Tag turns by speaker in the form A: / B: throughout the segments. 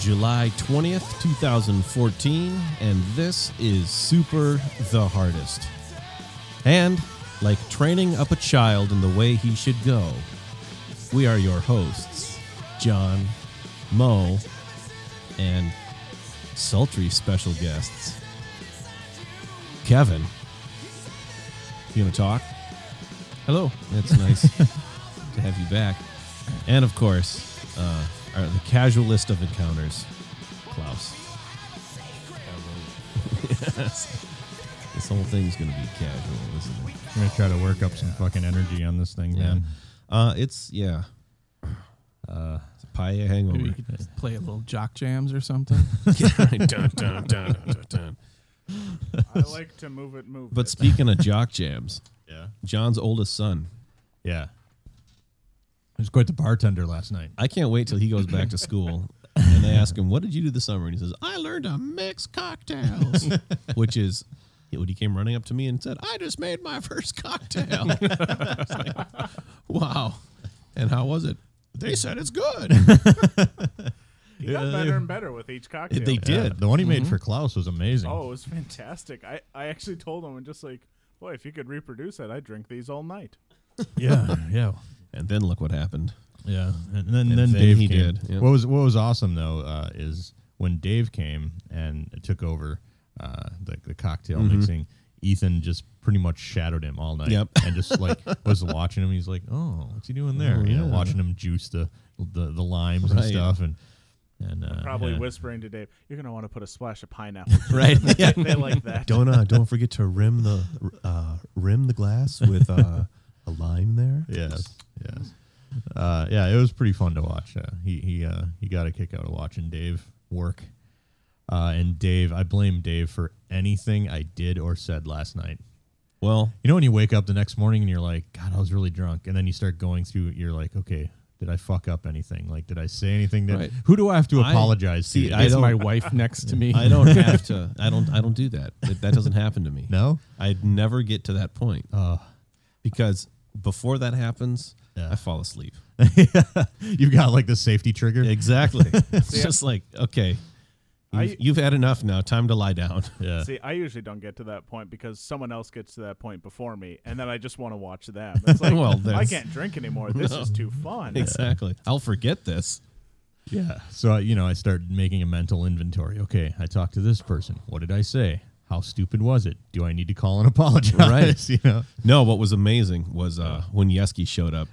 A: July 20th, 2014, and this is Super the Hardest. And, like training up a child in the way he should go, we are your hosts, John, Mo, and sultry special guests. Kevin, you gonna talk? Hello. It's nice to have you back. And of course, uh, our, the casual list of encounters, Klaus. yes. This whole thing's gonna be casual, isn't it?
B: I'm gonna try to work up some fucking energy on this thing, man.
A: Uh, it's yeah. Uh, it's a paella
C: Maybe
A: hangover.
C: we could just play a little jock jams or something.
A: Dun, dun, dun, dun, dun.
D: I like to move it, move
A: But
D: it.
A: speaking of jock jams,
B: Yeah,
A: John's oldest son.
B: yeah. I was quite the bartender last night.
A: I can't wait till he goes back to school and they ask him, "What did you do this summer?" And he says, "I learned to mix cocktails," which is when he came running up to me and said, "I just made my first cocktail." I was like, wow, and how was it? They said it's good.
D: It got better and better with each cocktail.
A: they did. Mm-hmm.
B: Yeah, the one he made for Klaus was amazing.
D: Oh, it was fantastic. I, I actually told him, and just like, boy, if you could reproduce that, I'd drink these all night.
B: yeah, yeah,
A: and then look what happened.
B: yeah. And then
A: And
B: then
A: then
B: Dave
A: he
B: came.
A: did, yeah.
B: What was what was awesome though uh, is when Dave came and took over uh, the, the cocktail mixing. Ethan just pretty much shadowed him all night.
A: Mm-hmm. Yep.
B: and just like was watching him. He's like, oh, what's he doing there?
A: Oh,
B: You know,
A: yeah.
B: watching him juice the the, the limes and
A: Right.
B: stuff and. And,
A: Oh,
B: uh,
D: Probably
B: yeah.
D: whispering to Dave, you're going to want to put a splash of pineapple.
A: Right? Yeah.
D: they like that.
A: Don't uh, don't forget to rim the uh, rim the glass with uh, a lime there.
B: Yes, yes. Uh, yeah, it was pretty fun to watch. Uh, he he uh, he got a kick out of watching Dave work. Uh, and Dave, I blame Dave for anything I did or said last night.
A: Well,
B: You know, when you wake up the next morning and you're like, God, I was really drunk, and then you start going through, you're like, okay, did I fuck up anything? Like, did I say anything? That
C: Right.
B: who do I have to
A: I-
B: apologize
A: see,
B: to?
A: I
C: It's
A: don't-
C: my wife next to me.
A: I don't have to. I don't. I don't do that. That, that doesn't happen to me.
B: no,
A: I'd never get to that point
B: uh,
A: because before that happens,
B: Yeah.
A: I fall asleep.
B: you've got like the safety trigger.
A: Exactly. it's just like okay,
D: I-
A: you've, you've had enough now. Time to lie down.
B: Yeah,
D: See, I usually don't get to that point because someone else gets to that point before me, and then I just want to watch them. It's like,
A: Well,
D: I
A: that's-
D: can't drink anymore. This is too fun.
A: exactly. I'll forget this.
B: Yeah. So, I- you know, I start making a mental inventory. Okay, I talked to this person. What did I say? How stupid was it? Do I need to call and apologize?
A: Right.
B: you know?
A: No, what was amazing was uh, when Yeski showed up,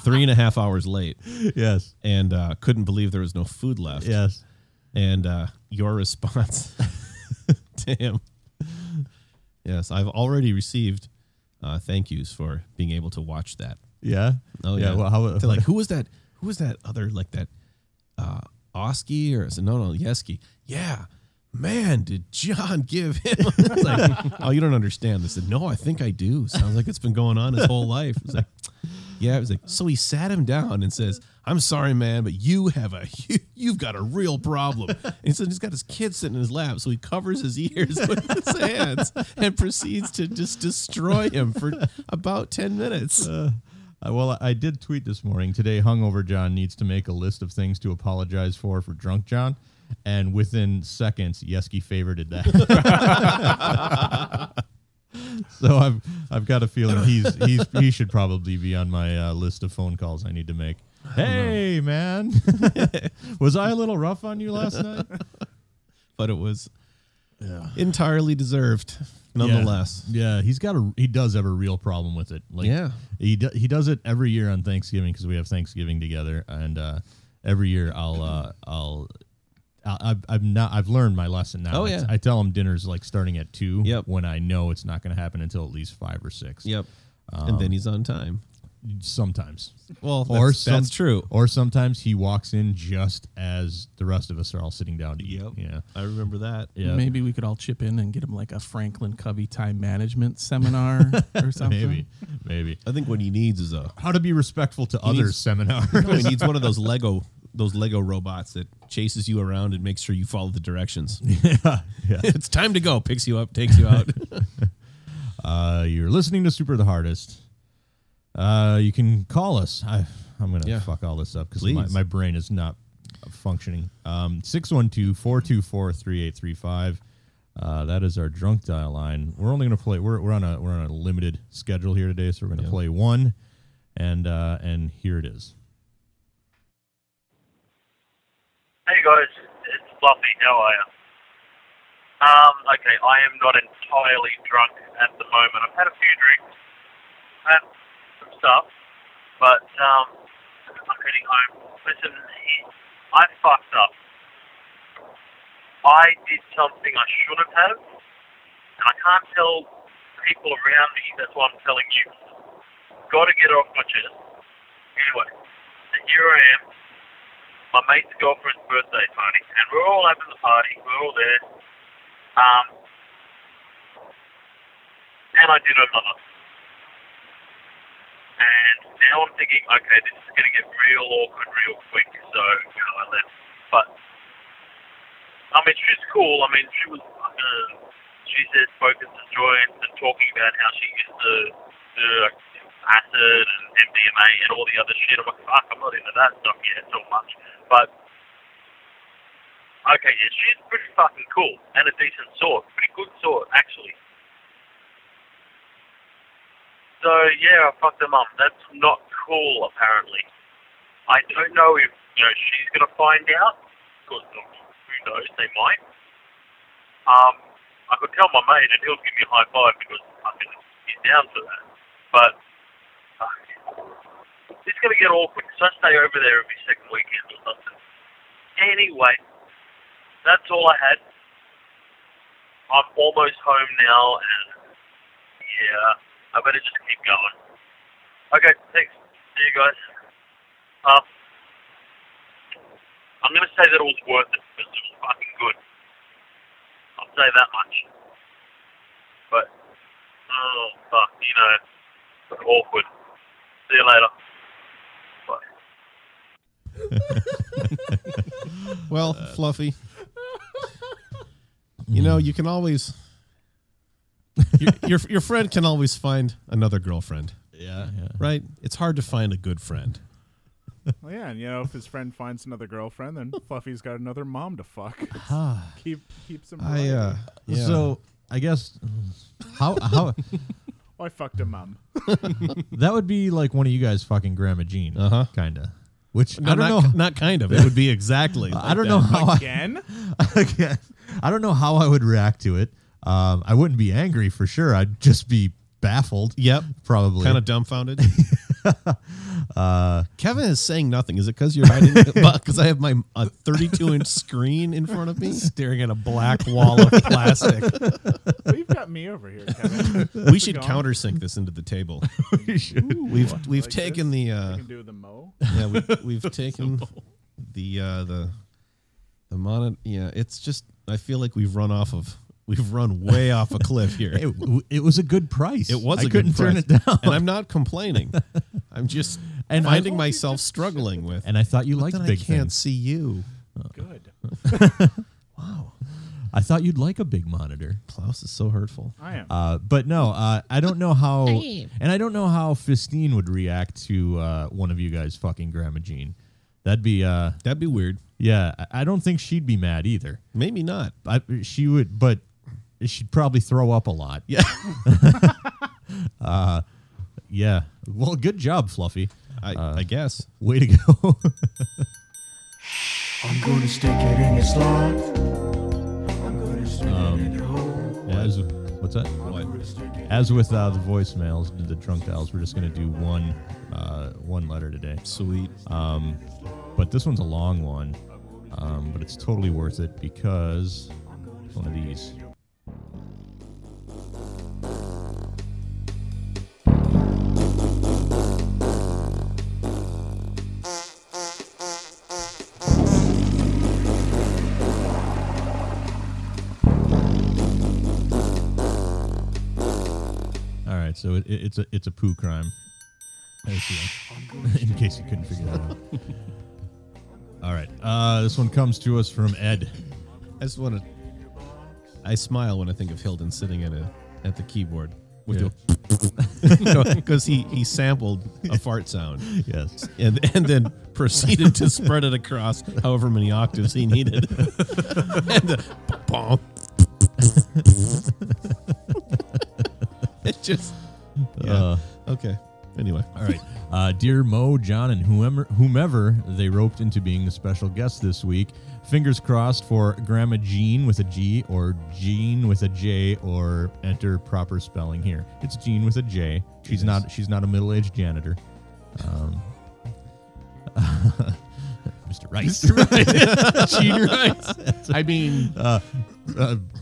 A: three and a half hours late,
B: Yes.
A: and uh, couldn't believe there was no food left.
B: Yes.
A: and uh, your response to him. Yes, I've already received uh, thank yous for being able to watch that.
B: Yeah.
A: Oh yeah,
B: Well, how,
A: to like who was that? Who was that other like that? Uh, Oski or is it, no no Yeski? Yeah, man, did John give him? It's like, oh, you don't understand. They said no, I think I do. Sounds like it's been going on his whole life. It's like. Yeah, it was like so. He sat him down and says, "I'm sorry, man, but you have a you, you've got a real problem." And so he's got his kid sitting in his lap, so he covers his ears with his hands and proceeds to just destroy him for about ten minutes.
B: Uh, well, I did tweet this morning. Today, hungover John needs to make a list of things to apologize for for drunk John. And within seconds, Yeski favorited that. so I've I've got a feeling he's he's he should probably be on my uh, list of phone calls I need to make. Hey man, was I a little rough on you last night?
A: but it was entirely deserved nonetheless.
B: Yeah, he's got a he does have a real problem with it. Like,
A: Yeah.
B: he do, he does it every year on Thanksgiving because we have Thanksgiving together, and uh, every year I'll uh, I'll. I- I've, I've not. I've learned my lesson now.
A: Oh,
B: I-
A: yeah.
B: I, tell him dinner's like starting at two.
A: Yep.
B: When I know it's not going to happen until at least five or six.
A: Yep. and then he's on time.
B: Sometimes.
A: Um, Well,
B: Or
A: that's,
B: some-
A: that's true.
B: Or sometimes he walks in just as the rest of us are all sitting down to eat.
A: Yep.
B: Yeah.
A: I remember that.
B: Yeah.
C: Maybe we could all chip in and get him like a Franklin Covey time management seminar or something.
B: Maybe. Maybe.
A: I think what he needs is a
B: How to be respectful to others
A: needs-
B: seminar.
A: he needs one of those Lego those Lego robots that chases you around and makes sure you follow the directions.
B: yeah. Yeah.
A: it's time to go. Picks you up, takes you out.
B: Uh, you're listening to Super the Hardest. Uh, you can call us. I, I'm gonna
A: Yeah.
B: fuck all this up because
A: Please.
B: my, my brain is not functioning. Um, 612-424-3835. Uh, that is our drunk dial line. We're only going to play. We're, we're on a we're on a limited schedule here today, so we're going to
A: Yeah.
B: play one, and uh, and here it is.
E: Hey guys, it's Fluffy. How are you? Um, okay, I am not entirely drunk at the moment. I've had a few drinks and some stuff, but um, I'm heading home. Listen, he- I fucked up. I did something I shouldn't have, and I can't tell people around me. That's why I'm telling you. Got to get it off my chest. Anyway, here I am my mate's girlfriend's birthday party, and we're all having the party. We're all there. Um, and I did another. And now I'm thinking, okay, this is going to get real awkward real quick. So you know, I left. But I mean, she's cool. I mean, she was. Uh, she said focused and joints and talking about how she used to do like, acid and MDMA and all the other shit. I'm like, fuck, I'm not into that stuff yet so much. But okay, yeah, she's pretty fucking cool and a decent sort, pretty good sort actually. So yeah, I fucked her mum. That's not cool apparently. I don't know if you know she's gonna find out. 'cause, um, who knows? They might. Um, I could tell my mate, and he'll give me a high five because I mean he's down for that. But uh, it's gonna get awkward. So I stay over there every second weekend or something. Anyway, that's all I had. I'm almost home now, and yeah, I better just keep going. Okay, thanks. See you guys. Uh, I'm gonna say that it was worth it because it was fucking good. I'll say that much. But, oh, fuck, you know, it's awkward. See you later. Bye.
A: Well, Fluffy, you know you can always your, your your friend can always find another girlfriend,
B: Yeah, yeah.
A: right? It's hard to find a good friend.
D: Well, yeah, and you know, if his friend finds another girlfriend, then Fluffy's got another mom to fuck.
B: Ah.
D: Keep keeps him.
A: I uh, yeah.
B: So I guess how how
D: Oh, I fucked a mum.
B: that would be like one of you guys fucking Grandma Jean,
A: Uh-huh.
B: kinda. Which
A: No,
B: I don't
A: not,
B: know.
A: not kind of. It would be exactly.
B: I
A: like that.
B: don't know how I,
D: Again?
B: again. I don't know how I would react to it. Um, I wouldn't be angry for sure. I'd just be baffled.
A: Yep.
B: probably.
A: Kind of dumbfounded.
B: Uh,
A: Kevin is saying nothing. Is it because you're hiding? Because I have my a 32 inch screen in front of me, staring at a black wall of plastic.
D: We've got me over here, Kevin.
A: we should
D: Gone.
A: countersink this into the table.
B: we should.
A: We've we've
D: Like
A: taken
D: this?
A: the
D: I
A: uh,
D: can do the mo.
A: yeah we, we've taken the uh, the the monet. Yeah, it's just I feel like we've run off of we've run way off a cliff here.
B: It, w- it was a good price.
A: It was
B: I
A: a
B: couldn't
A: good
B: turn
A: price.
B: it down.
A: and I'm not complaining. I'm just
B: And I-
A: finding myself struggling with.
B: And I thought you liked
A: then
B: big
A: I can't
B: things.
A: see you.
D: Good.
B: I thought you'd like a big monitor.
A: Klaus is so hurtful.
D: I am.
B: Uh, but no, uh, I don't know how, and I don't know how Fistine would react to uh, one of you guys fucking Grandma Jean. That'd be, uh,
A: That'd be weird.
B: yeah. I- I don't think she'd be mad either.
A: Maybe not.
B: I, she would, but she'd probably throw up a lot. Uh,
A: Yeah.
B: Yeah. Well, good job, Fluffy.
A: I, I guess.
B: Way to go.
F: I'm gonna stick it in your slot. I'm gonna stick it in your hole.
B: Um, As what's that? As with uh, the voicemails, the drunk dials, we're just gonna do one, uh, one letter today.
A: Sweet.
B: Um, but this one's a long one, um, but it's totally worth it because it's one of these. All right, so it, it- it's a it's a poo crime. As, uh, In case you couldn't figure that out. All right, uh, this one comes to us from Ed.
A: I just want to. I smile when I think of Hilden sitting at a at the keyboard with
B: Yeah.
A: the because he he sampled a fart sound
B: Yes.
A: and and then proceeded to spread it across however many octaves he needed. and uh, the bump. it just yeah.
B: Uh,
A: okay. Anyway,
B: All right. Uh, dear Mo, John, and whomever, whomever they roped into being the special guest this week, fingers crossed for Grandma Jean with a G or Jean with a J or enter proper spelling here. It's Jean with a J. She's not. She's not a middle-aged janitor. Um, Mr. Rice.
C: Cheater rights. I mean,
B: uh,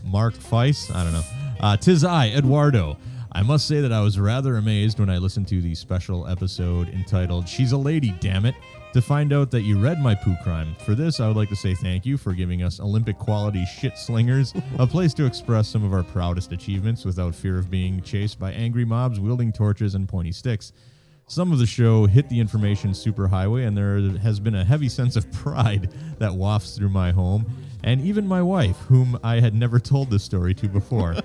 B: Mark Feiss. I don't know. Uh, Tis I, Eduardo. I must say that I was rather amazed when I listened to the special episode entitled She's a Lady, Damn It, to find out that you read my poo crime. For this, I would like to say thank you for giving us Olympic quality shit slingers, a place to express some of our proudest achievements without fear of being chased by angry mobs wielding torches and pointy sticks. Some of the show hit the information superhighway, and there has been a heavy sense of pride that wafts through my home, and even my wife, whom I had never told this story to before.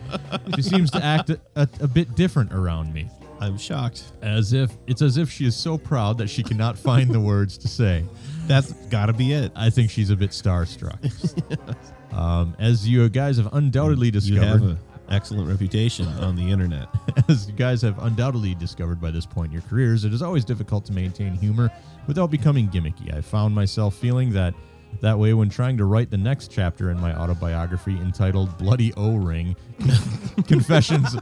B: she seems to act a, a, a bit different around me,
A: I'm shocked.
B: as if it's as if she is so proud that she cannot find the words to say.
A: That's got to be it.
B: I think she's a bit starstruck. um, as you guys have undoubtedly
A: You have
B: discovered,
A: an excellent reputation on the internet.
B: As you guys have undoubtedly discovered by this point in your careers, it is always difficult to maintain humor without becoming gimmicky. I found myself feeling that that way when trying to write the next chapter in my autobiography entitled Bloody O-Ring: Confessions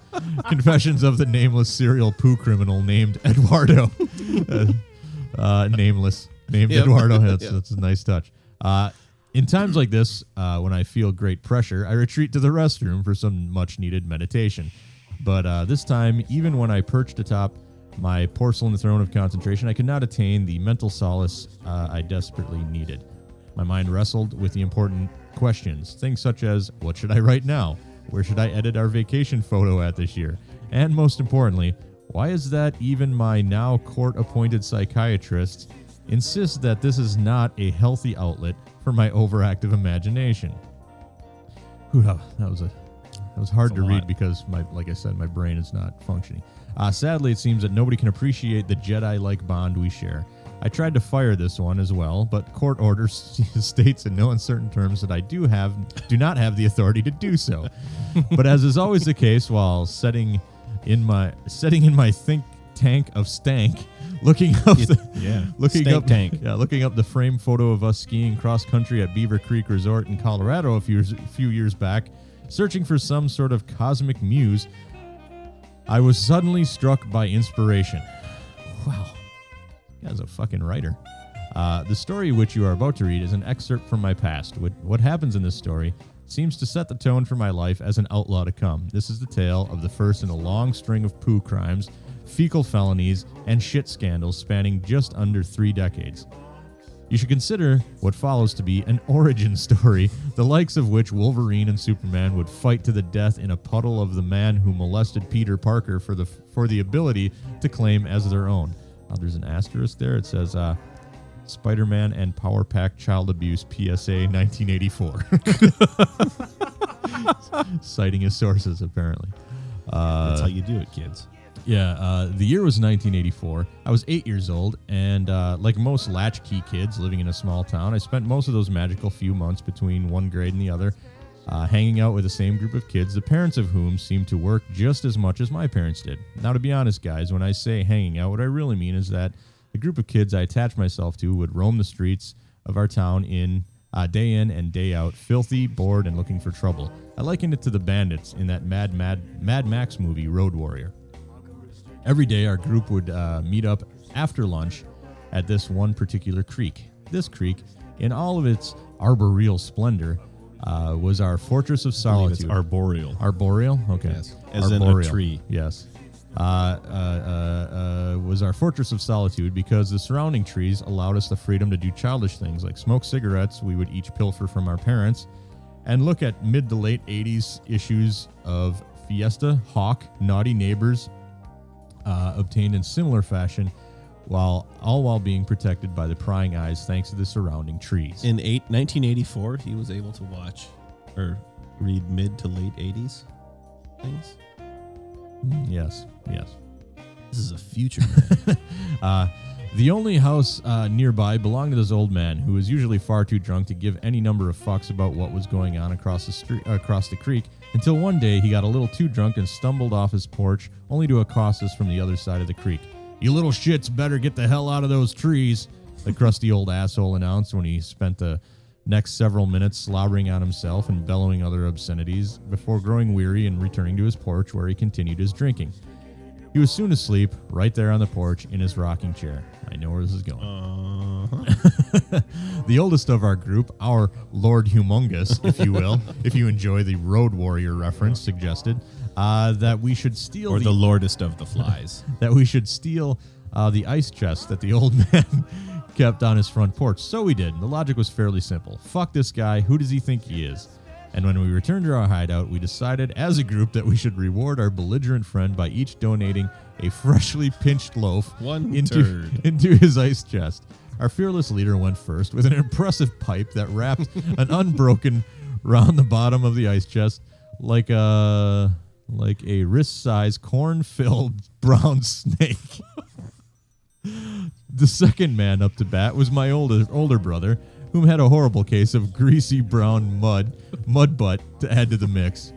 B: Confessions of the Nameless Serial Poo Criminal Named Eduardo. Uh, uh, nameless, named
A: Yep.
B: Eduardo. That's,
A: Yeah.
B: that's a nice touch. Uh, in times like this, uh, when I feel great pressure, I retreat to the restroom for some much needed meditation. But uh, this time, even when I perched atop my porcelain throne of concentration, I could not attain the mental solace uh, I desperately needed. My mind wrestled with the important questions, things such as what should I write now? Where should I edit our vacation photo at this year? And most importantly, why is that even my now court appointed psychiatrist insists that this is not a healthy outlet for my overactive imagination? Whew, that was a that was hard That's a to read lot. because my like I said, my brain is not functioning. Uh, sadly, it seems that nobody can appreciate the Jedi-like bond we share. I tried to fire this one as well, but court order states in no uncertain terms that I do have do not have the authority to do so. but as is always the case, while setting in my setting in my think tank of stank, looking up the,
A: yeah.
B: looking
A: Stank
B: up
A: tank.
B: yeah, looking up the frame photo of us skiing cross country at Beaver Creek Resort in Colorado a few years, few years back, searching for some sort of cosmic muse. I was suddenly struck by inspiration. Wow, guy's a fucking writer. Uh, the story which you are about to read is an excerpt from my past. What, what happens in this story seems to set the tone for my life as an outlaw to come. This is the tale of the first in a long string of poo crimes, fecal felonies, and shit scandals spanning just under three decades. You should consider what follows to be an origin story, the likes of which Wolverine and Superman would fight to the death in a puddle of the man who molested Peter Parker for the for the ability to claim as their own. Uh, there's an asterisk there. It says uh, Spider-Man and Power Pack Child Abuse PSA 1984, citing his sources apparently. Uh,
A: That's how you do it, kids.
B: Yeah, uh, the year was 1984. I was eight years old, and uh, like most latchkey kids living in a small town, I spent most of those magical few months between one grade and the other, uh, hanging out with the same group of kids, the parents of whom seemed to work just as much as my parents did. Now, to be honest, guys, when I say hanging out, what I really mean is that the group of kids I attached myself to would roam the streets of our town in uh, day in and day out, filthy, bored, and looking for trouble. I likened it to the bandits in that Mad Mad Mad Max movie, Road Warrior. Every day, our group would uh, meet up after lunch at this one particular creek. This creek, in all of its arboreal splendor, uh, was our fortress of
A: I believe
B: solitude.
A: it's arboreal.
B: arboreal? Okay.
A: Yes. As in a tree.
B: Yes. Uh, uh, uh, uh, was our fortress of solitude because the surrounding trees allowed us the freedom to do childish things like smoke cigarettes we would each pilfer from our parents and look at mid to late 80s issues of Fiesta, Hawk, Naughty Neighbors, uh, obtained in similar fashion, while all while being protected by the prying eyes thanks to the surrounding trees.
A: In eight, 1984, he was able to watch or read mid to late 80s things.
B: Yes, yes.
A: This is a future man.
B: Uh, the only house uh, nearby belonged to this old man who was usually far too drunk to give any number of fucks about what was going on across the street, across the creek. Until one day he got a little too drunk and stumbled off his porch, only to accost us from the other side of the creek. "You little shits, better get the hell out of those trees," the crusty old asshole announced when he spent the next several minutes slobbering on himself and bellowing other obscenities before growing weary and returning to his porch where he continued his drinking. He was soon asleep, right there on the porch in his rocking chair. I know where this is going. the oldest of our group, our Lord Humongous, if you will, if you enjoy the Road Warrior reference, suggested uh, that we should steal
A: or
B: the,
A: the lordest of the flies.
B: that we should steal uh, the ice chest that the old man kept on his front porch. So we did. The logic was fairly simple. Fuck this guy. Who does he think he is? And when we returned to our hideout, we decided as a group that we should reward our belligerent friend by each donating a freshly pinched loaf
A: One
B: into,
A: turd.
B: into his ice chest. Our fearless leader went first with an impressive pipe that wrapped an unbroken round the bottom of the ice chest like a like a wrist-sized corn-filled brown snake. The second man up to bat was my older older brother, whom had a horrible case of greasy brown mud mud butt to add to the mix.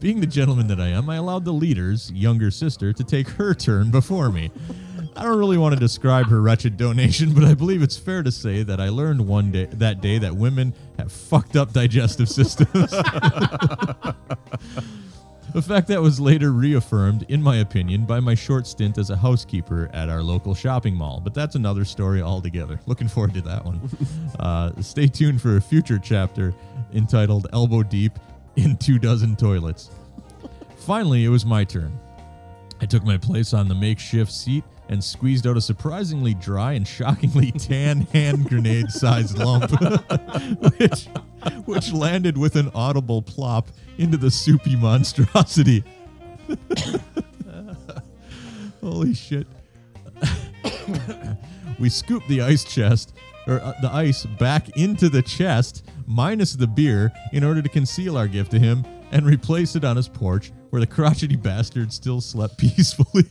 B: Being the gentleman that I am, I allowed the leader's younger sister to take her turn before me. I don't really want to describe her wretched donation, but I believe it's fair to say that I learned one day that day that women have fucked up digestive systems. The fact that was later reaffirmed, in my opinion, by my short stint as a housekeeper at our local shopping mall. But that's another story altogether. Looking forward to that one. uh, stay tuned for a future chapter entitled Elbow Deep in Two Dozen Toilets. Finally, it was my turn. I took my place on the makeshift seat and squeezed out a surprisingly dry and shockingly tan hand grenade sized lump, which, which landed with an audible plop into the soupy monstrosity. Holy shit. we scooped the ice chest or uh, the ice back into the chest minus the beer in order to conceal our gift to him and replace it on his porch where the crotchety bastard still slept peacefully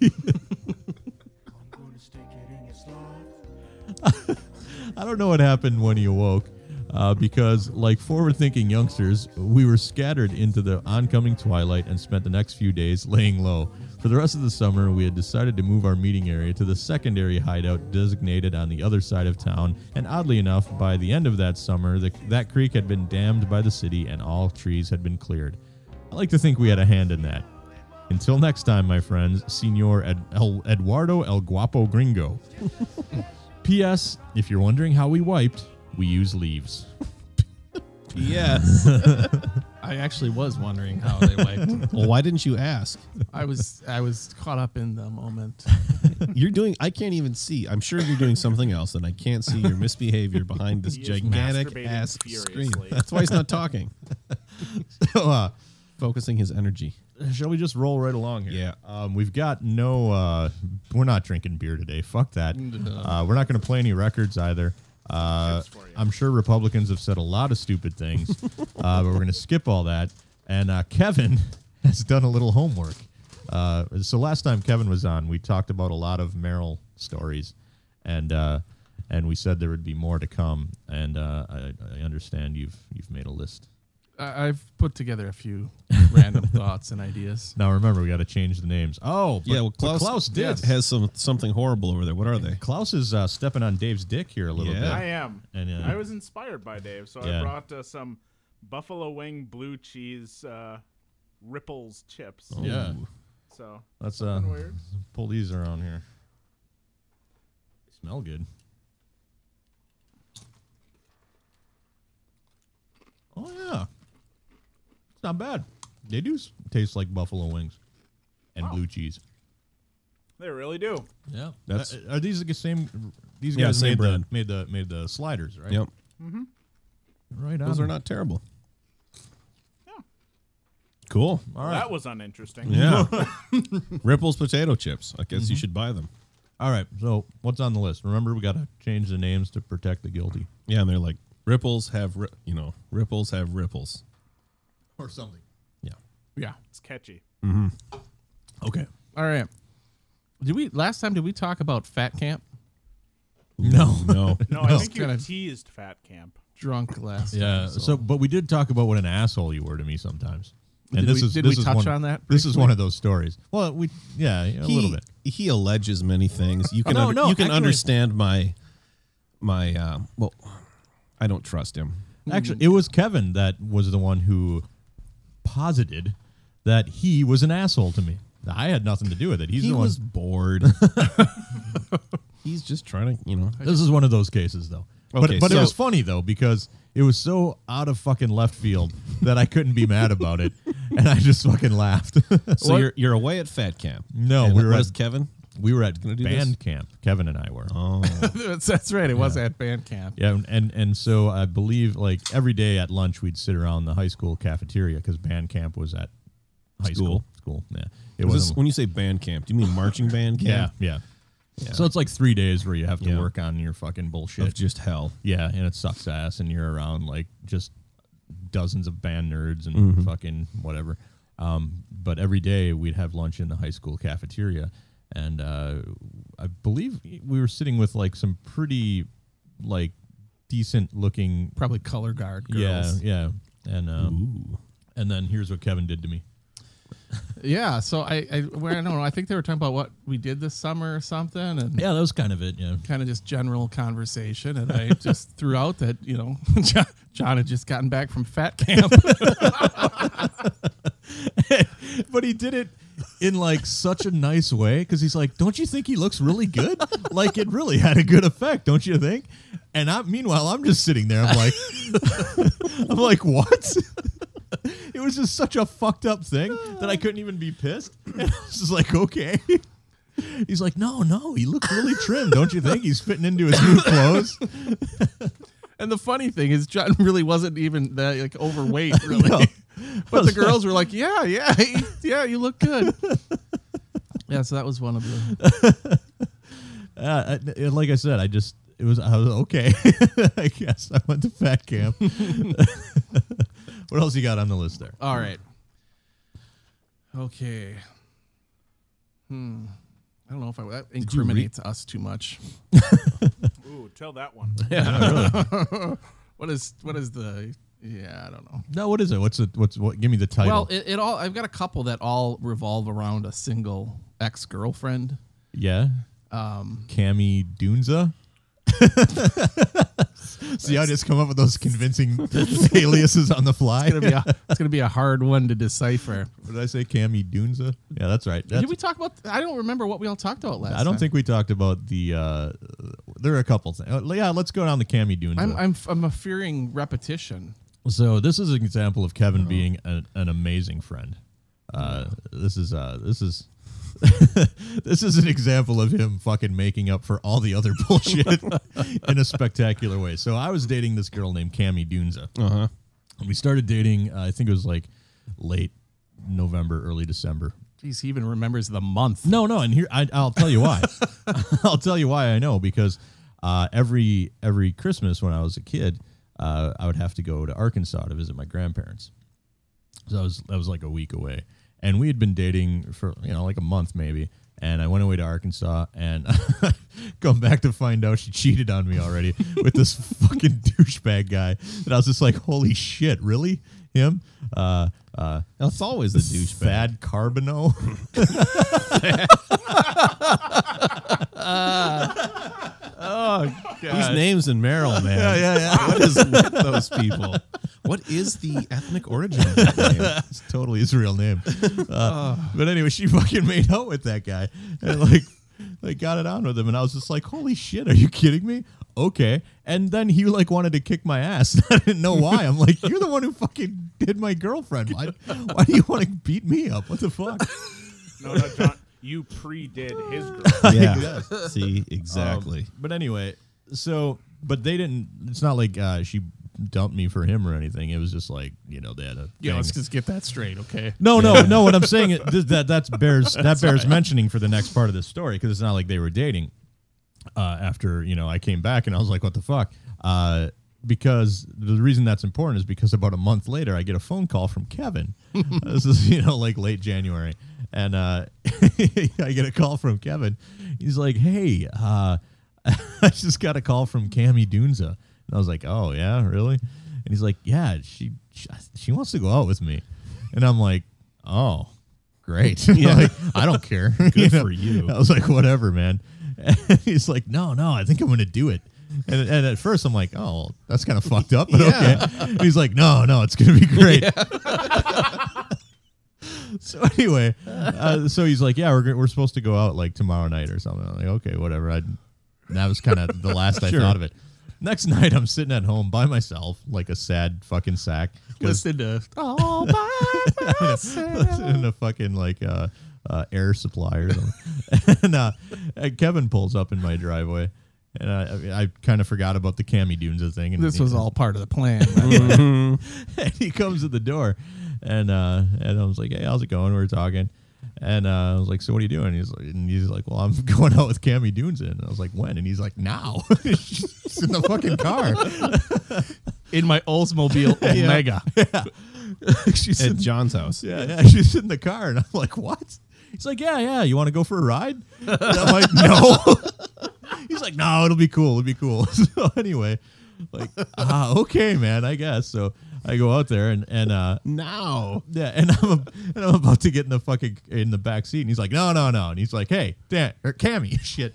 B: I don't know what happened when he awoke, uh, because like forward-thinking youngsters, we were scattered into the oncoming twilight and spent the next few days laying low. For the rest of the summer, we had decided to move our meeting area to the secondary hideout designated on the other side of town. And oddly enough, by the end of that summer, the, that creek had been dammed by the city and all trees had been cleared. I like to think we had a hand in that. Until next time, my friends, Senor Ed- El- Eduardo El Guapo Gringo. P.S. If you're wondering how we wiped, we use leaves.
A: yes.
C: I actually was wondering how they wiped.
A: Well, why didn't you ask?
C: I was I was caught up in the moment.
A: You're doing. I can't even see. I'm sure you're doing something else, and I can't see your misbehavior behind this
D: He is
A: gigantic
D: masturbating
A: ass screen.
D: furiously.
A: That's why he's not talking.
B: So, uh,
A: Focusing his energy.
B: shall we just roll right along here?
A: Yeah.
B: Um, we've got no. Uh, we're not drinking beer today. Fuck that. Uh, we're not going to play any records either. Uh,
D: Tips for you.
B: I'm sure Republicans have said a lot of stupid things, uh, but we're going to skip all that. And uh, Kevin has done a little homework. Uh, so last time Kevin was on, we talked about a lot of Merrill stories, and uh, and we said there would be more to come. And uh, I, I understand you've you've made a list.
C: I, I've put together a few random thoughts and ideas.
B: Now remember, we got to change the names. Oh, but-
A: yeah. Well,
B: but
A: Klaus,
B: Klaus did.
A: has some something horrible over there. What are they?
B: Klaus is uh, stepping on Dave's dick here a little
A: Yeah.
D: I
B: bit.
D: am.
B: And, uh,
D: I was inspired by Dave, so
B: Yeah.
D: I brought uh, some buffalo wing blue cheese uh, ripples chips.
B: Yeah.
A: Ooh.
D: So
B: Let's uh,
D: weird.
B: pull these around here. Smell good. Oh yeah, it's not bad. They do s- taste like buffalo wings and blue cheese.
D: they really do.
B: Yeah, Uh,
A: That's-
B: are these the same? These
A: Yeah,
B: guys
A: same
B: made
A: brand.
B: the made the made the sliders, right?
A: Yep.
B: Right on.
A: Those are not terrible. Cool.
B: All right.
D: That was uninteresting.
A: Yeah. Ripples potato chips. I
C: Mm-hmm.
A: guess you should buy them.
B: All right. So what's on the list? Remember, we got to change the names to protect the guilty
A: Yeah, and they're like ripples have ri- you know ripples have ripples.
B: or something.
A: Yeah.
C: Yeah.
D: It's catchy.
A: Okay.
C: All right. Did we last time? Did we talk about Fat Camp?
B: No.
A: No.
D: No, I think
C: It's
D: you
C: kinda-
D: teased Fat Camp.
C: Drunk last.
B: Yeah.
C: time,
B: So. but we did talk about what an asshole you were to me sometimes. And
C: Did
B: this
C: we-
B: is
C: did
B: this
C: we
B: is
C: touch
B: one-
C: on that
B: This is one of those stories. Well, we yeah a
A: he,
B: little bit.
A: He alleges many things. You can
B: No,
A: under-
B: no,
A: you can
B: actually-
A: understand my my uh, well, I don't trust him.
C: Mm-hmm.
B: Actually, it was Kevin that was the one who posited that he was an asshole to me. I had nothing to do with it. He's
A: he
B: the
A: was
B: one.
A: bored. He's just trying to, you know.
B: This is one of those cases, though.
A: Okay,
B: but but
A: so-
B: it was funny though because it was so out of fucking left field that I couldn't be mad about it, and I just fucking laughed.
A: So you're you're away at Fat Camp.
B: No,
A: And
B: we were
A: what
B: at-
A: is Kevin.
B: we were at
A: Gonna
B: band
A: do this? Oh.
B: camp. Kevin and I were.
C: that's, that's right. It was at band camp.
B: Yeah, and, and and so I believe like every day at lunch we'd sit around the high school cafeteria because band camp was at high school.
A: School.
B: School, yeah. It
A: Is this,
B: was
A: when you say band camp, do you mean marching band
B: yeah,
A: camp?
B: yeah, So it's like three days where you have to
A: Yeah.
B: work on your fucking
A: Of
B: bullshit.
A: just hell.
B: yeah, and it sucks ass, and you're around like just dozens of band nerds and
A: Mm-hmm.
B: fucking whatever. Um, but every day we'd have lunch in the high school cafeteria, and uh, I believe we were sitting with like some pretty like decent looking
C: Probably color guard girls.
B: yeah, yeah. And um, and then here's what Kevin did to me.
C: Yeah, so I, I, well, I don't know. I think they were talking about what we did this summer or something, and
B: Yeah, that was kind of it. Yeah,
C: kind of just general conversation. And I just threw out that you know John, John had just gotten back from fat camp.
B: but he did it in like such a nice way because he's like, "Don't you think he looks really good? like it really had a good effect, don't you think?" And I, meanwhile, I'm just sitting there. I'm like, I'm like, what? it was just such a fucked up thing that I couldn't even be pissed. And I was just like, okay. He's like, no, no, he looks really trim, don't you think? He's fitting into his new clothes.
C: and the funny thing is, John really wasn't even that like overweight, really.
B: No.
C: But the girls were like, "Yeah, yeah, yeah, you look good." yeah, so that was one of the.
B: Uh, I- I- like I said, I just it was I was okay. I guess I went to fat camp. what else you got on the list there?
C: All right. Okay. Hmm. I don't know if I that incriminates us too much.
D: Ooh, tell that one.
C: Oh, What is what is the? Yeah, I don't know.
B: No, what is it? What's it? What's what? Give me the title.
C: Well, it, it all I've got a couple that all revolve around a single ex girlfriend.
B: yeah,
C: Um,
B: Cami Dunza. See, I just come up with those convincing aliases on the fly.
C: it's gonna be a, it's gonna be a hard one to decipher.
B: What did I say, Cami Dunza? Yeah, that's right. That's,
C: Did we talk about? I don't remember what we all talked about last.
B: I don't
C: time.
B: think we talked about the. Uh, there are a couple things. Uh, yeah, let's go down the Cami Dunza.
C: I'm I'm I'm a fearing repetition.
B: So this is an example of Kevin being an, an amazing friend. Uh, This is uh, this is this is an example of him fucking making up for all the other bullshit in a spectacular way. So I was dating this girl named Cami Dunza.
A: Uh huh.
B: And we started dating. Uh, I think it was like late November, early December.
C: Jeez, he even remembers the month.
B: No, no, and here I, I'll tell you why. I'll tell you why I know because uh, every every Christmas when I was a kid, uh, I would have to go to Arkansas to visit my grandparents. So I was I was like a week away, and we had been dating for you know like a month maybe. And I went away to Arkansas and come back to find out she cheated on me already with this fucking douchebag guy. And I was just like, holy shit, really? Him? Uh, uh,
A: That's always the douchebag.
B: Thad Carbono.
A: These names in Merrill, man.
B: yeah, yeah.
A: What is with those people? What is the ethnic origin of that name?
B: It's totally his real name. Uh,
A: Ah.
B: But anyway, she fucking made out with that guy and like like got it on with him, and I was just like, "Holy shit, are you kidding me?" Okay, and then he like wanted to kick my ass. I didn't know why. I'm like, "You're the one who fucking did my girlfriend. Why? Why do you want to beat me up? What the fuck?"
D: No, no, John. You pre did his girl.
A: Yeah. See, exactly.
B: Um, but anyway, so but they didn't. It's not like uh, she dumped me for him or anything. It was just like you know they had a
C: Yeah,
B: thing.
C: let's just get that straight, okay?
B: No, no, no. What I'm saying is th- that that's bears that bears mentioning for the next part of this story because it's not like they were dating. Uh, after you know, I came back and I was like, "What the fuck?" Uh, because the reason that's important is because about a month later I get a phone call from Kevin. this is you know like late January, and uh, I get a call from Kevin. He's like, "Hey, uh, I just got a call from Cami Dunza," and I was like, "Oh yeah, really?" And he's like, "Yeah, she she, she wants to go out with me," and I'm like, "Oh." Great. like, I don't care. Good
A: for you.
B: I was like, whatever, man. And he's like, no, no, I think I'm going to do it. And, and at first, I'm like, oh, well, that's kind of fucked up, but okay. And he's like, no, no, it's going to be great. so anyway, uh, so he's like, yeah, we're, go- we're supposed to go out like tomorrow night or something. I'm like, okay, whatever. I that was kind of the last I thought of it. Next night, I'm sitting at home by myself, like a sad fucking sack. 'cause
C: Listen to all by myself.
B: in a fucking like uh, uh, air supply or something. and, uh, and Kevin pulls up in my driveway, and I, I kind of forgot about the Cami Dunza thing. And
C: this
B: he-
C: was all part of the plan.
B: and he comes at the door, and uh, and I was like, "Hey, how's it going?" We were talking, and uh, I was like, "So what are you doing?" He's like, and he's like, "Well, I'm going out with Cami Dunza." And I was like, "When?" And he's like, "Now." She's in the fucking car.
C: in my Oldsmobile Omega.
B: She's in
A: at John's house.
B: Yeah, yeah, she's in the car, and I'm like, "What?" He's like, "Yeah, yeah, you want to go for a ride?" And I'm like, "No." He's like, "No, it'll be cool. It'll be cool." So anyway, like, ah, okay, man, I guess. So I go out there, and and uh,
A: Now,
B: yeah, and I'm and I'm about to get in the fucking in the back seat, and he's like, "No, no, no," and he's like, "Hey, Dan or Cammy, shit,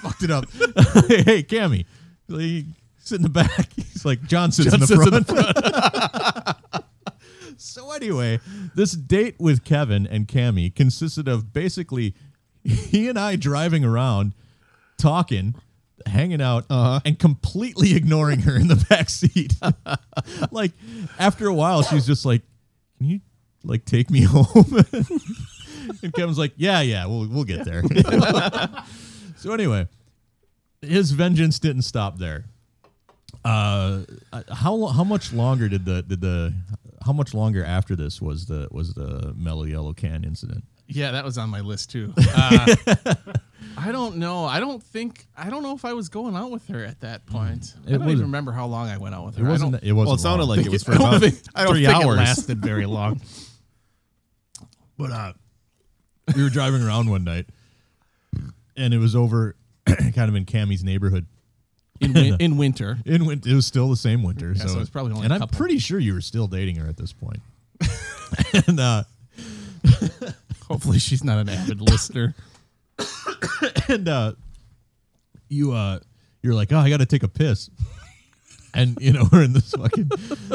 B: fucked it up. hey, hey, Cammy, like, sit in the back." He's like, "John sits in the
C: sits in
B: front." so anyway, this date with Kevin and Cammy consisted of basically he and I driving around, talking. Hanging out and completely ignoring her in the back seat. like after a while, she's just like, "Can you like take me home?" and Kevin's like, "Yeah, yeah, we'll we'll get there." so anyway, his vengeance didn't stop there. Uh, how lo- how much longer did the did the how much longer after this was the was the mellow yellow can incident?
C: Yeah, that was on my list too. Uh, I don't know. I don't think. I don't know if I was going out with her at that point. I don't even
B: Mm. wasn't-
C: remember how long I went out with her.
B: It wasn't
C: I don't,
B: it wasn't.
A: well, it sounded
B: long.
A: like it was for
C: I don't
A: about
C: think, I don't
A: three hours.
C: think it lasted very long.
B: But uh, we were driving around one night, and it was over, kind of in Cammy's neighborhood.
C: in, win- in winter.
B: In win- it was still the same winter, so,
C: so it's probably only
B: And
C: a
B: I'm
C: couple.
B: pretty sure you were still dating her at this point. and uh,
C: Hopefully, she's not an avid listener.
B: and uh, you uh, you're like, oh, I got to take a piss, and you know we're in this fucking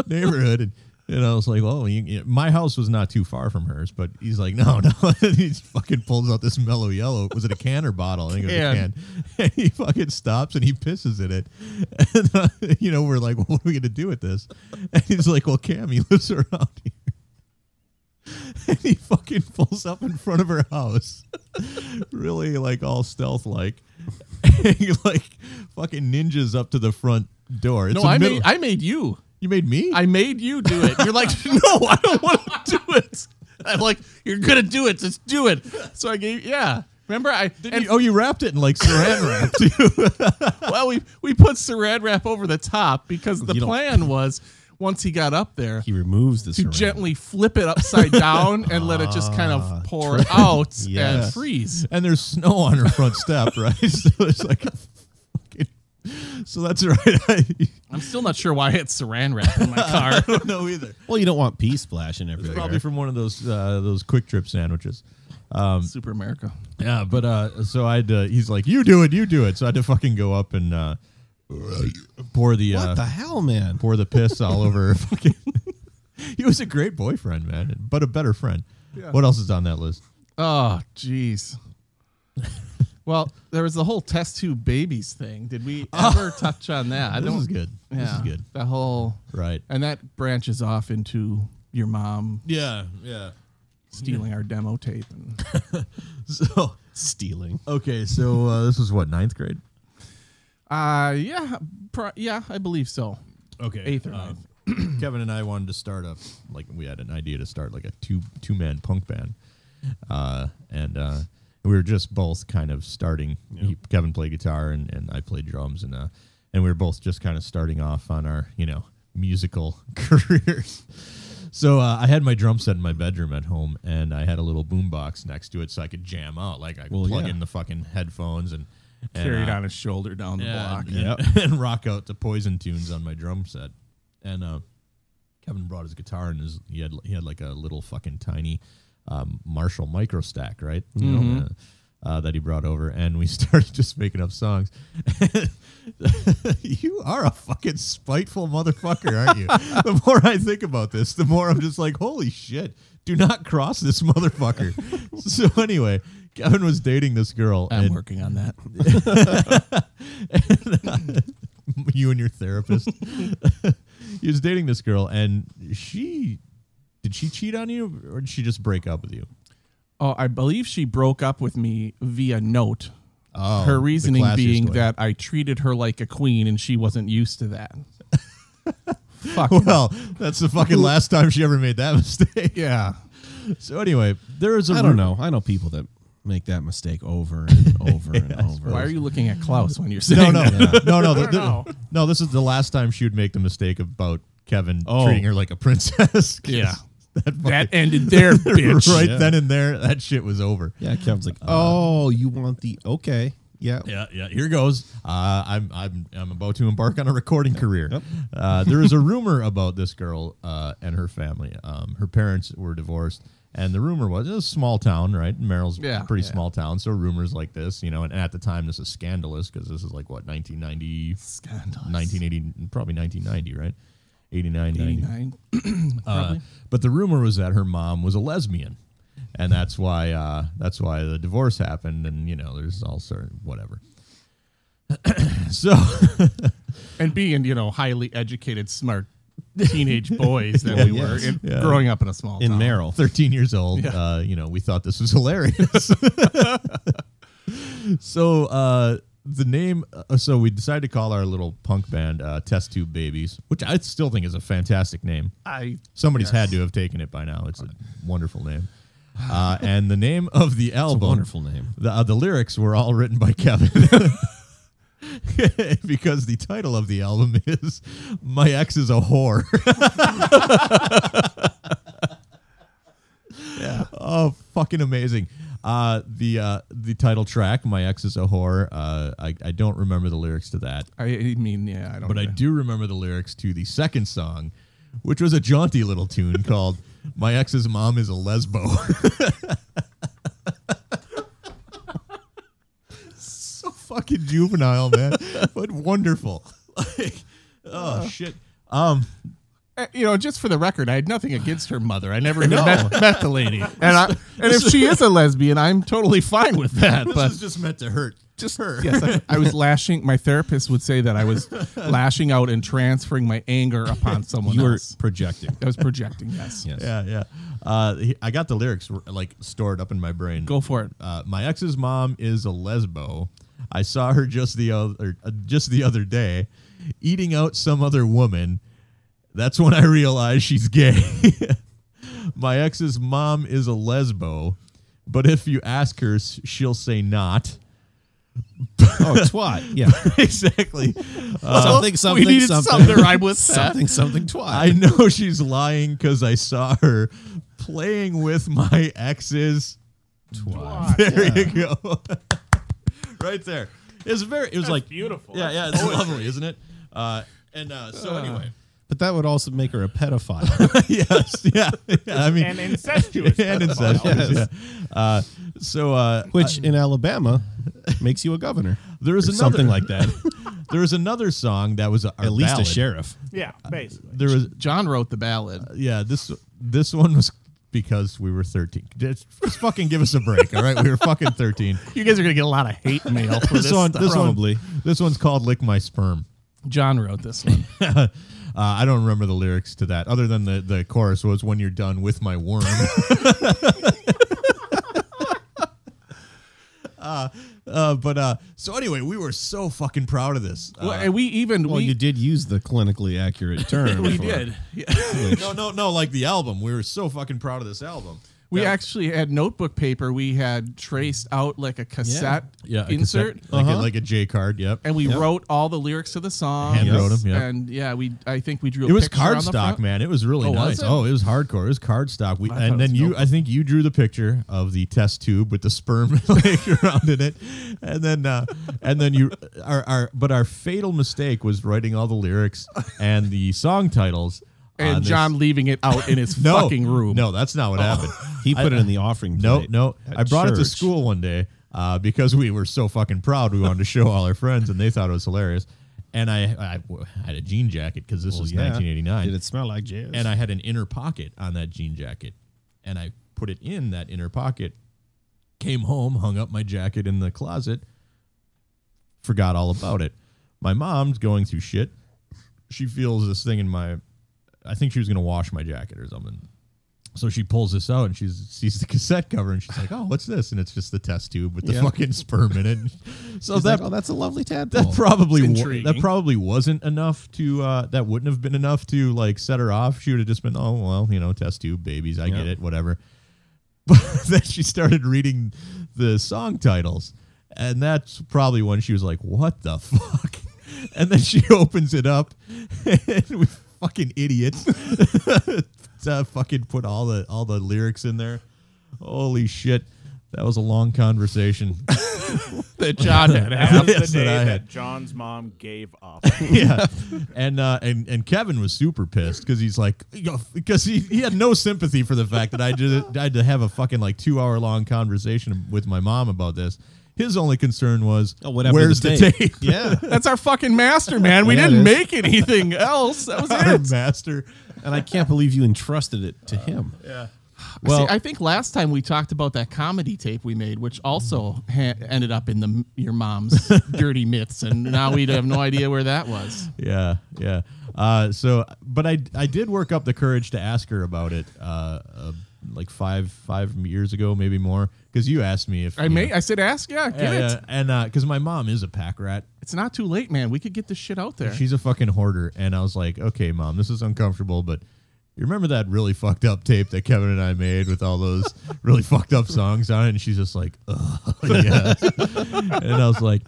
B: neighborhood, and and I was like, well, you, you- my house was not too far from hers, but he's like, no, no, and he just fucking pulls out this mellow yellow. Was it a can or bottle? I think it was a
C: Can.
B: can. And he fucking stops and he pisses in it, and uh, you know we're like, well, what are we gonna do with this? And he's like, well, Cam, he lives around here. And he fucking pulls up in front of her house really like all stealth like like fucking ninjas up to the front door it's
C: No,
B: a
C: I
B: middle-
C: made I made you.
B: you made me
C: I made you do it. You're like, no, I don't want to do it. I'm like, you're gonna do it. Just do it. So I gave, yeah. Remember, I and
B: and, oh you wrapped it in like saran wrap too
C: well, we we put saran wrap over the top because the
A: You don't-
C: plan was once he got up there
A: he removes the
C: to
A: saran.
C: gently flip it upside down and let it just kind
B: Ah,
C: of pour out and
A: Yes.
C: freeze.
B: and there's snow on her front step right so it's like a fucking, so that's right I,
C: I'm still not sure why I had saran wrap in my car.
B: don't know either
A: Well, you don't want pee splashing everywhere.
B: probably from one of those uh, those quick trip sandwiches um,
C: Super America.
B: Yeah, but uh, so I had to, he's like, you do it, you do it. So I had to fucking go up and uh, pour the,
A: what
B: uh,
A: the hell, man?
B: pour the piss all over. her Fucking, he was a great boyfriend, man, but a better friend. What else is on that list?
C: Oh, jeez. well, there was the whole test tube babies thing. Did we ever touch on that? I
B: Oh. This
C: don't.
B: is good. This is
C: yeah,
B: good.
C: The whole
B: Right.
C: and that branches off into your mom
B: Yeah. Yeah.
C: stealing our demo tape. And,
B: So
A: Stealing.
B: okay, so uh, this was what ninth grade.
C: uh yeah, pro- yeah, I believe so.
B: Okay, um,
C: Eighth or ninth.
B: Kevin and I wanted to start up like we had an idea to start like a two two man punk band, uh, and uh, we were just both kind of starting. He, Kevin played guitar and, and I played drums and uh, and we were both just kind of starting off on our you know musical careers. So uh, I had my drum set in my bedroom at home, and I had a little boom box next to it, so I could jam out. Like I could
A: Well,
B: plug
A: yeah.
B: in the fucking headphones and, and
C: Carried
B: uh,
C: on his shoulder down the
B: yeah,
C: block.
B: And, and- and rock out to Poison tunes on my drum set. And uh, Kevin brought his guitar and his he had he had like a little fucking tiny um, Marshall micro stack, right? You know,
C: Mm-hmm.
B: uh, uh, that he brought over, and we started just making up songs. you are a fucking spiteful motherfucker, aren't you? the more I think about this, the more I'm just like, holy shit, do not cross this motherfucker. so anyway, Kevin was dating this girl.
C: I'm
B: and-
C: working on that.
B: you and your therapist. he was dating this girl, and she did she cheat on you, or did she just break up with you?
C: Oh, I believe she broke up with me via note.
B: Oh,
C: her
B: the
C: reasoning
B: classiest
C: being
B: way.
C: that I treated her like a queen and she wasn't used to that. Fuck.
B: Well, that's the fucking last time she ever made that mistake.
C: yeah.
B: So anyway, there is a
A: I don't know. I know people that make that mistake over and over and over.
C: Why are you looking at Klaus when you're
B: No,
C: saying
B: no,
C: that?
B: no, no, the- the- no. This is the last time she would make the mistake about Kevin
A: Oh.
B: treating her like a princess. 'Cause
C: Yeah.
B: that, fucking-
C: That ended there, bitch.
B: right
A: Yeah.
B: then and there, that shit was over.
A: Yeah, Kevin's like, oh, you want the okay? Yeah,
B: Yeah, yeah. Here goes. Uh, I'm, I'm, I'm about to embark on a recording career. Uh, there is a rumor about this girl uh, and her family. Um, her parents were divorced, and the rumor was it was a small town, right? Merrill's
C: Yeah,
B: a pretty
C: yeah.
B: small town, so rumors like this, you know. And at the time, this is scandalous because this is like what 1990,
C: Scandalous.
B: 1980, probably 1990, right? 89, 90.
C: 89.
B: Uh, but the rumor was that her mom was a lesbian, and that's why uh, that's why the divorce happened. And you know, there's all certain whatever. so
C: and being, you know, highly educated, smart teenage boys that we were in,
B: Yeah.
C: growing up in a small
A: in
C: town.
A: Merrill.
B: 13 years old,
C: Yeah.
B: uh, you know, we thought this was hilarious. so uh, the name, uh, so we decided to call our little punk band uh, Test Tube Babies, which I still think is a fantastic name.
C: I
B: Somebody's had to have taken it by now. It's a wonderful name. Uh, and the name of the album,
A: Wonderful name.
B: The, uh, the lyrics were all written by Kevin. because the title of the album is My Ex is a Whore. Oh, fucking amazing. Uh, the uh, the title track, My Ex is a Whore, uh, I, I don't remember the lyrics to that,
C: I mean, yeah, I don't
B: but I do remember the lyrics to the second song, which was a jaunty little tune called My Ex's Mom is a Lesbo. so fucking juvenile, man, but wonderful. Like,
A: Uh,
B: oh, shit. Um,
C: Uh, you know, just for the record, I had nothing against her mother. I never even met, met the lady, and I, and if she is a lesbian, I'm totally fine with that.
B: this
C: But
B: was just meant to hurt. Just her.
C: yes, I, I was lashing. My therapist would say that I was lashing out and transferring my anger upon someone
A: You were
C: else.
A: projecting.
C: I was projecting. Yes,
A: Yes.
B: Yeah, yeah. Uh, he- I got the lyrics like stored up in my brain.
C: go for it.
B: Uh, my ex's mom is a lesbo. I saw her just the other uh, just the other day, eating out some other woman. That's when I realized she's gay. my ex's mom is a lesbo, but if you ask her, s- she'll say not.
A: Oh, twat. Yeah.
B: exactly. Uh,
A: something. Something.
C: we needed
A: Oh, something.
C: something to rhyme with that.
A: something. Something. Twat.
B: I know she's lying because I saw her playing with my ex's twat. There you go. right there. It was very. It was like
D: beautiful.
B: Yeah, yeah. It's lovely, isn't it? Uh, and uh, so anyway.
A: But that would also make her a pedophile.
B: yes. Yeah. yeah, I mean.
D: and incestuous.
B: and incestuous. Yeah. Uh, so uh,
A: Which in Alabama makes you a governor.
B: there was
A: Or
B: another
A: something like that.
B: there was another song that was a, our
A: At least a
B: ballad.
A: sheriff.
D: yeah, basically.
B: There was
C: John wrote the ballad.
B: yeah, this this one was because we were 13. Just, just fucking give us a break, all right? We were fucking 13.
C: You guys are gonna get a lot of hate mail for this.
B: This one, this
A: Probably.
B: one, this one's called "Lick My Sperm."
C: John wrote this one.
B: uh, I don't remember the lyrics to that, other than the the chorus was "When you're done with my worm." uh, uh, but uh, so anyway, we were so fucking proud of this. Uh,
C: Well, and we even
A: Well,
C: we,
A: you did use the clinically accurate term.
C: we
A: for-
C: did. Yeah.
B: no, no, no, like the album. We were so fucking proud of this album.
C: We actually had notebook paper. We had traced out like a cassette
B: Yeah, a
C: insert,
B: cassette- like,
A: Uh-huh.
B: a, like a J card. Yep.
C: and we wrote all the lyrics to the songs.
B: Hand wrote 'em, yeah.
C: And yeah, we I think we drew. A
B: it was
C: picture on the
B: cardstock,
C: front.
B: man. It was really
C: Oh,
B: nice.
C: was it?
B: Oh, it was hardcore. It was cardstock. We
D: thought it
B: and then
D: was
B: you, I think you drew the picture of the test tube with the sperm like around in it, and then uh, and then you our, our but our fatal mistake was writing all the lyrics and the song titles on
C: And
B: this-
C: John leaving it out in his
B: no,
C: fucking room.
B: No, that's not what happened.
A: Oh. He put
B: I-
A: it in the offering
B: No,
A: plate.
B: no.
A: at
B: I brought it to
A: church.
B: school one day uh, because we were so fucking proud. We wanted to show all our friends, and they thought it was hilarious. And I, I had a jean jacket because this
A: Well,
B: was
A: yeah.
B: 1989,
A: Did it smell like jazz?
B: and I had an inner pocket on that jean jacket, and I put it in that inner pocket. Came home, hung up my jacket in the closet, forgot all about it. My mom's going through shit. She feels this thing in my. I think she was gonna wash my jacket or something. So she pulls this out and she sees the cassette cover and she's like, "Oh, what's this?" And it's just the test tube with the
A: Yeah.
B: fucking sperm in it. So
A: He's
B: that
A: like, oh, that's a lovely tadpole.
B: that probably
C: it's
B: wa- that
C: intriguing.
B: probably wasn't enough to uh, that wouldn't have been enough to like set her off. She would have just been, oh well, you know, test tube babies, I get
A: Yeah.
B: it, whatever. But then she started reading the song titles, and that's probably when she was like, "What the fuck?" And then she opens it up, and we fucking idiots uh, fucking put all the all the lyrics in there. Holy shit, that was a long conversation.
C: that John had.
D: That was
B: Yes,
D: the
B: that
D: day
B: I
D: that,
B: had.
D: John's mom gave up.
B: yeah, and uh, and and Kevin was super pissed because he's like, because he, he had no sympathy for the fact that I did I had to have a fucking like two hour long conversation with my mom about this. His only concern was,
A: Oh, whatever.
B: where's the tape?
A: yeah.
C: That's our fucking master, man. We
A: Yeah, it
C: didn't
A: is.
C: make anything else. That was
B: Our
C: it.
B: master.
A: And I can't believe you entrusted it
B: Uh,
A: to him.
B: Well,
C: See, I think last time we talked about that comedy tape we made, which also ha- ended up in the your mom's dirty mitts, and now we have no idea where that was.
B: yeah, yeah. Uh, so, but I I did work up the courage to ask her about it, uh, uh like five five years ago, maybe more, because you asked me if
C: I may, I said, ask, yeah, get
B: yeah,
C: it.
B: yeah, and because my mom is a pack rat.
C: It's not too late, man. We could get this shit out there.
B: She's a fucking hoarder. And I was like, okay, mom, this is uncomfortable, but you remember that really fucked up tape that Kevin and I made with all those really fucked up songs on it? And she's just like, ugh, yeah. and I was like,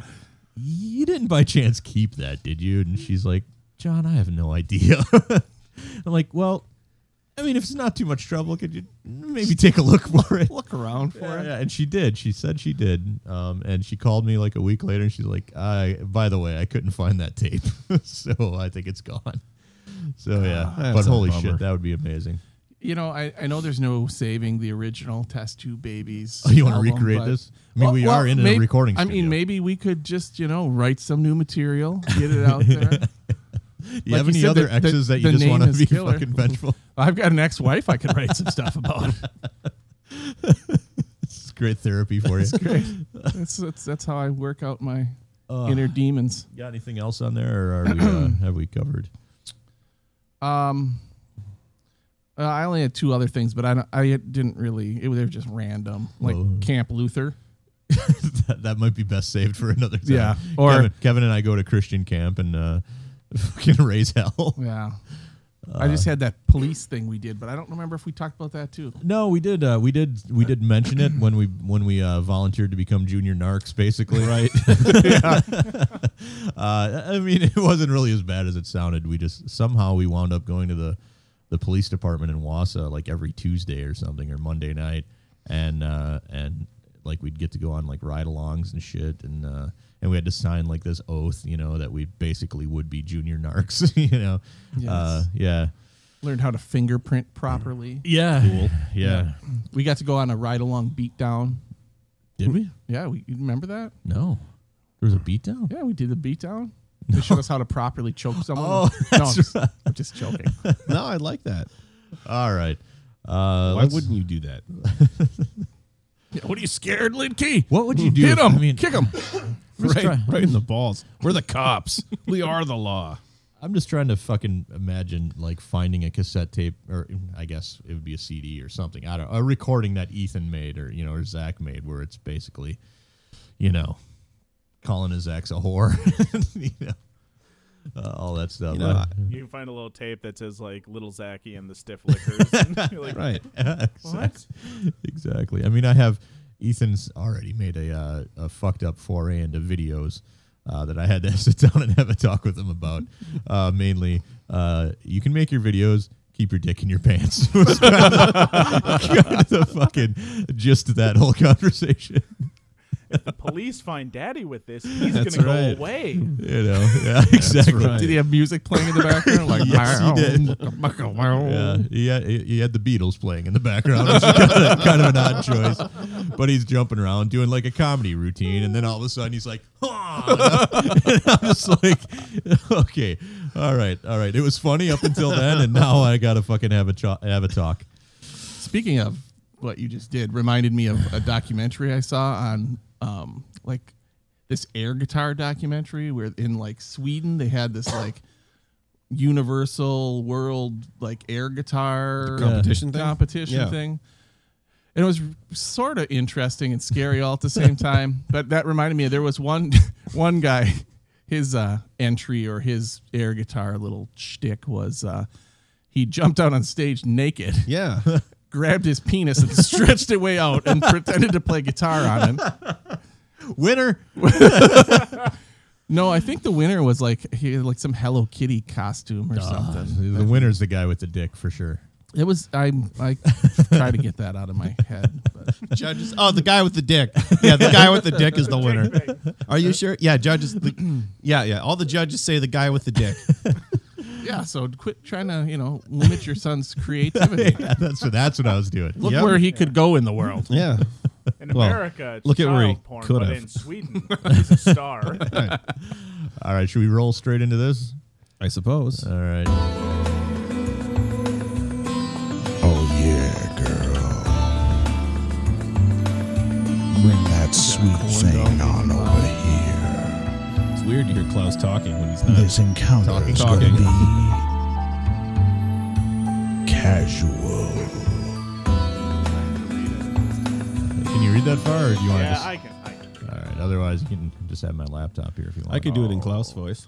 B: you didn't by chance keep that, did you? And she's like, John, I have no idea. I'm like, well, I mean, if it's not too much trouble, could you maybe take a look for it?
C: Look around for
B: yeah,
C: it.
B: yeah, and she did. She said she did. Um, and she called me like a week later, and she's like, "I, by the way, I couldn't find that tape, so I think it's gone." So yeah,
A: that's
B: but
A: a
B: holy
A: bummer.
B: shit, that would be amazing.
C: You know, I, I know there's no saving the original Test Tube Babies.
B: Oh, you wanna
C: album,
B: recreate
C: but-
B: this? I mean, we are in a
C: maybe-
B: recording
C: I mean,
B: studio.
C: maybe we could just, you know, write some new material, get it out there.
B: Do you have
C: Like you
B: any
C: said,
B: other
C: the- the-
B: exes that you
C: the
B: just
C: name
B: want to
C: is
B: be
C: killer.
B: fucking vengeful?
C: I've got an ex wife I could write some stuff about.
B: It's great therapy for you.
C: Great. That's, that's, that's how I work out my inner demons.
B: Got anything else on there, or are we, uh, have we covered?
C: Um, uh, I only had two other things, but I don't, I didn't really. It, was- they were just random, like
B: Whoa.
C: Camp Luther.
B: that, that might be best saved for another time.
C: Yeah, or-
B: Kevin, Kevin and I go to Christian camp and uh, fucking raise hell.
C: Yeah. I just had that police thing we did, but I don't remember if we talked about that too.
B: No, we did. Uh, we did. We did mention it when we when we uh, volunteered to become junior narcs, basically. Right. uh, I mean, it wasn't really as bad as it sounded. We just somehow we wound up going to the the police department in Wausau like every Tuesday or something or Monday night, and uh, and like we'd get to go on like ride-alongs and shit, and uh, and we had to sign like this oath, you know, that we basically would be junior narcs, you know. Uh, yeah.
C: Learned how to fingerprint properly.
B: Yeah. Yeah.
C: We got to go on a ride along beatdown.
B: Did we?
C: Yeah, we you remember that?
B: No. There was a beatdown?
C: Yeah, we did the beatdown. They showed us how to properly choke someone.
B: Oh,
C: no, I'm just, I'm just joking.
A: No, I like that.
B: All right. Uh,
A: Why
B: let's-
A: wouldn't you do that?
C: what are you scared, Lynn Key?
B: What would you do?
C: Hit
B: if-
C: him!
B: I mean,
C: kick him!
B: Let's
A: Right,
B: try.
A: right in the balls. We're the cops. we are the law.
B: I'm just trying to fucking imagine like finding a cassette tape, or I guess it would be a CD or something. I don't. A recording that Ethan made, or you know, or Zach made, where it's basically, you know, calling his ex a whore, you know, uh, all that stuff.
A: You know, I-
D: you can find a little tape that says like "Little Zacky and the Stiff Lickers." and you're like,
A: Right.
D: What?
B: exactly. I mean, I have Ethan's already made a uh, a fucked up foray into videos uh, that I had to sit down and have a talk with him about. Uh, mainly, uh, you can make your videos. Keep your dick in your pants. Was kind of- kind of the fucking gist of that whole conversation.
D: If the police find Daddy with this, he's
A: That's
D: gonna
A: right.
D: go away.
B: You know, yeah, exactly.
A: right.
C: Did he have music playing in the background? Like,
B: Yes, he did. Yeah,
C: Yeah.
B: he had, he he had the Beatles playing in the background, which is kind of, kind of an odd choice. But he's jumping around doing like a comedy routine, and then all of a sudden he's like, "Ah!" and I'm just like, okay, all right, all right. It was funny up until then, and now I gotta fucking have a cho- have a talk.
C: Speaking of what you just did, reminded me of a documentary I saw on um, like this air guitar documentary where in like Sweden they had this like universal world like air guitar
A: competition thing?
C: competition
A: Yeah.
C: thing. And it was sort of interesting and scary all at the same time. But that reminded me there was one one guy, his uh, entry or his air guitar little shtick was uh, he jumped out on stage naked
A: Yeah.
C: grabbed his penis and stretched it way out and pretended to play guitar on him.
B: Winner.
C: No, I think the winner was like he had like some Hello Kitty costume or something.
B: The winner's the guy with the dick for sure.
C: It was I I try to get that out of my head. But
G: Judges. Oh, the guy with the dick. Yeah, the guy with the dick is the winner. Are you sure? Yeah, judges. The, yeah, yeah. All the judges say the guy with the dick.
C: yeah, so quit trying to, you know, limit your son's creativity.
B: Yeah, that's what that's what I was doing.
C: Look
A: Yep.
C: where he could go in the world.
A: Yeah.
D: In
A: Well,
D: America, it's
A: look at
D: child
A: where he
D: porn,
A: could
D: but
A: have.
D: in Sweden, he's a star.
B: All right, should we roll straight into this?
A: I suppose.
G: Uh,
B: All right.
F: Oh yeah, girl. Bring that sweet thing on over here.
A: It's weird to hear Klaus talking when he's
F: This encounter is
A: talking.
F: going to be casual.
B: Can you read that far, or do you want
D: yeah,
B: to?
D: I can. I can.
B: All right. Otherwise, you can just have my laptop here if you want.
A: I could do it in Klaus voice.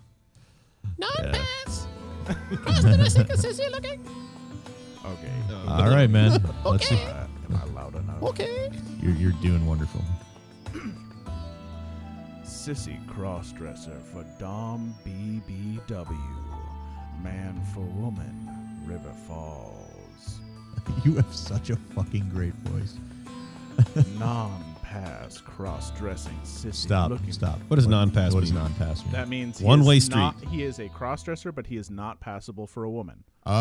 D: Okay.
A: Uh,
D: uh,
B: All right, man. Let's see.
D: Am I loud enough?
B: You're, you're doing wonderful.
D: Sissy crossdresser for Dom BBW. Man for woman, River Falls.
B: You have such a fucking great voice.
D: Non pass cross-dressing sissy.
B: Stop.
D: looking-
B: Stop.
A: What does non-pass
B: What does
A: mean?
B: non-pass mean?
D: That means he
A: One-way
D: is
A: street.
D: not- he is a crossdresser, but he is not passable for a woman.
B: oh.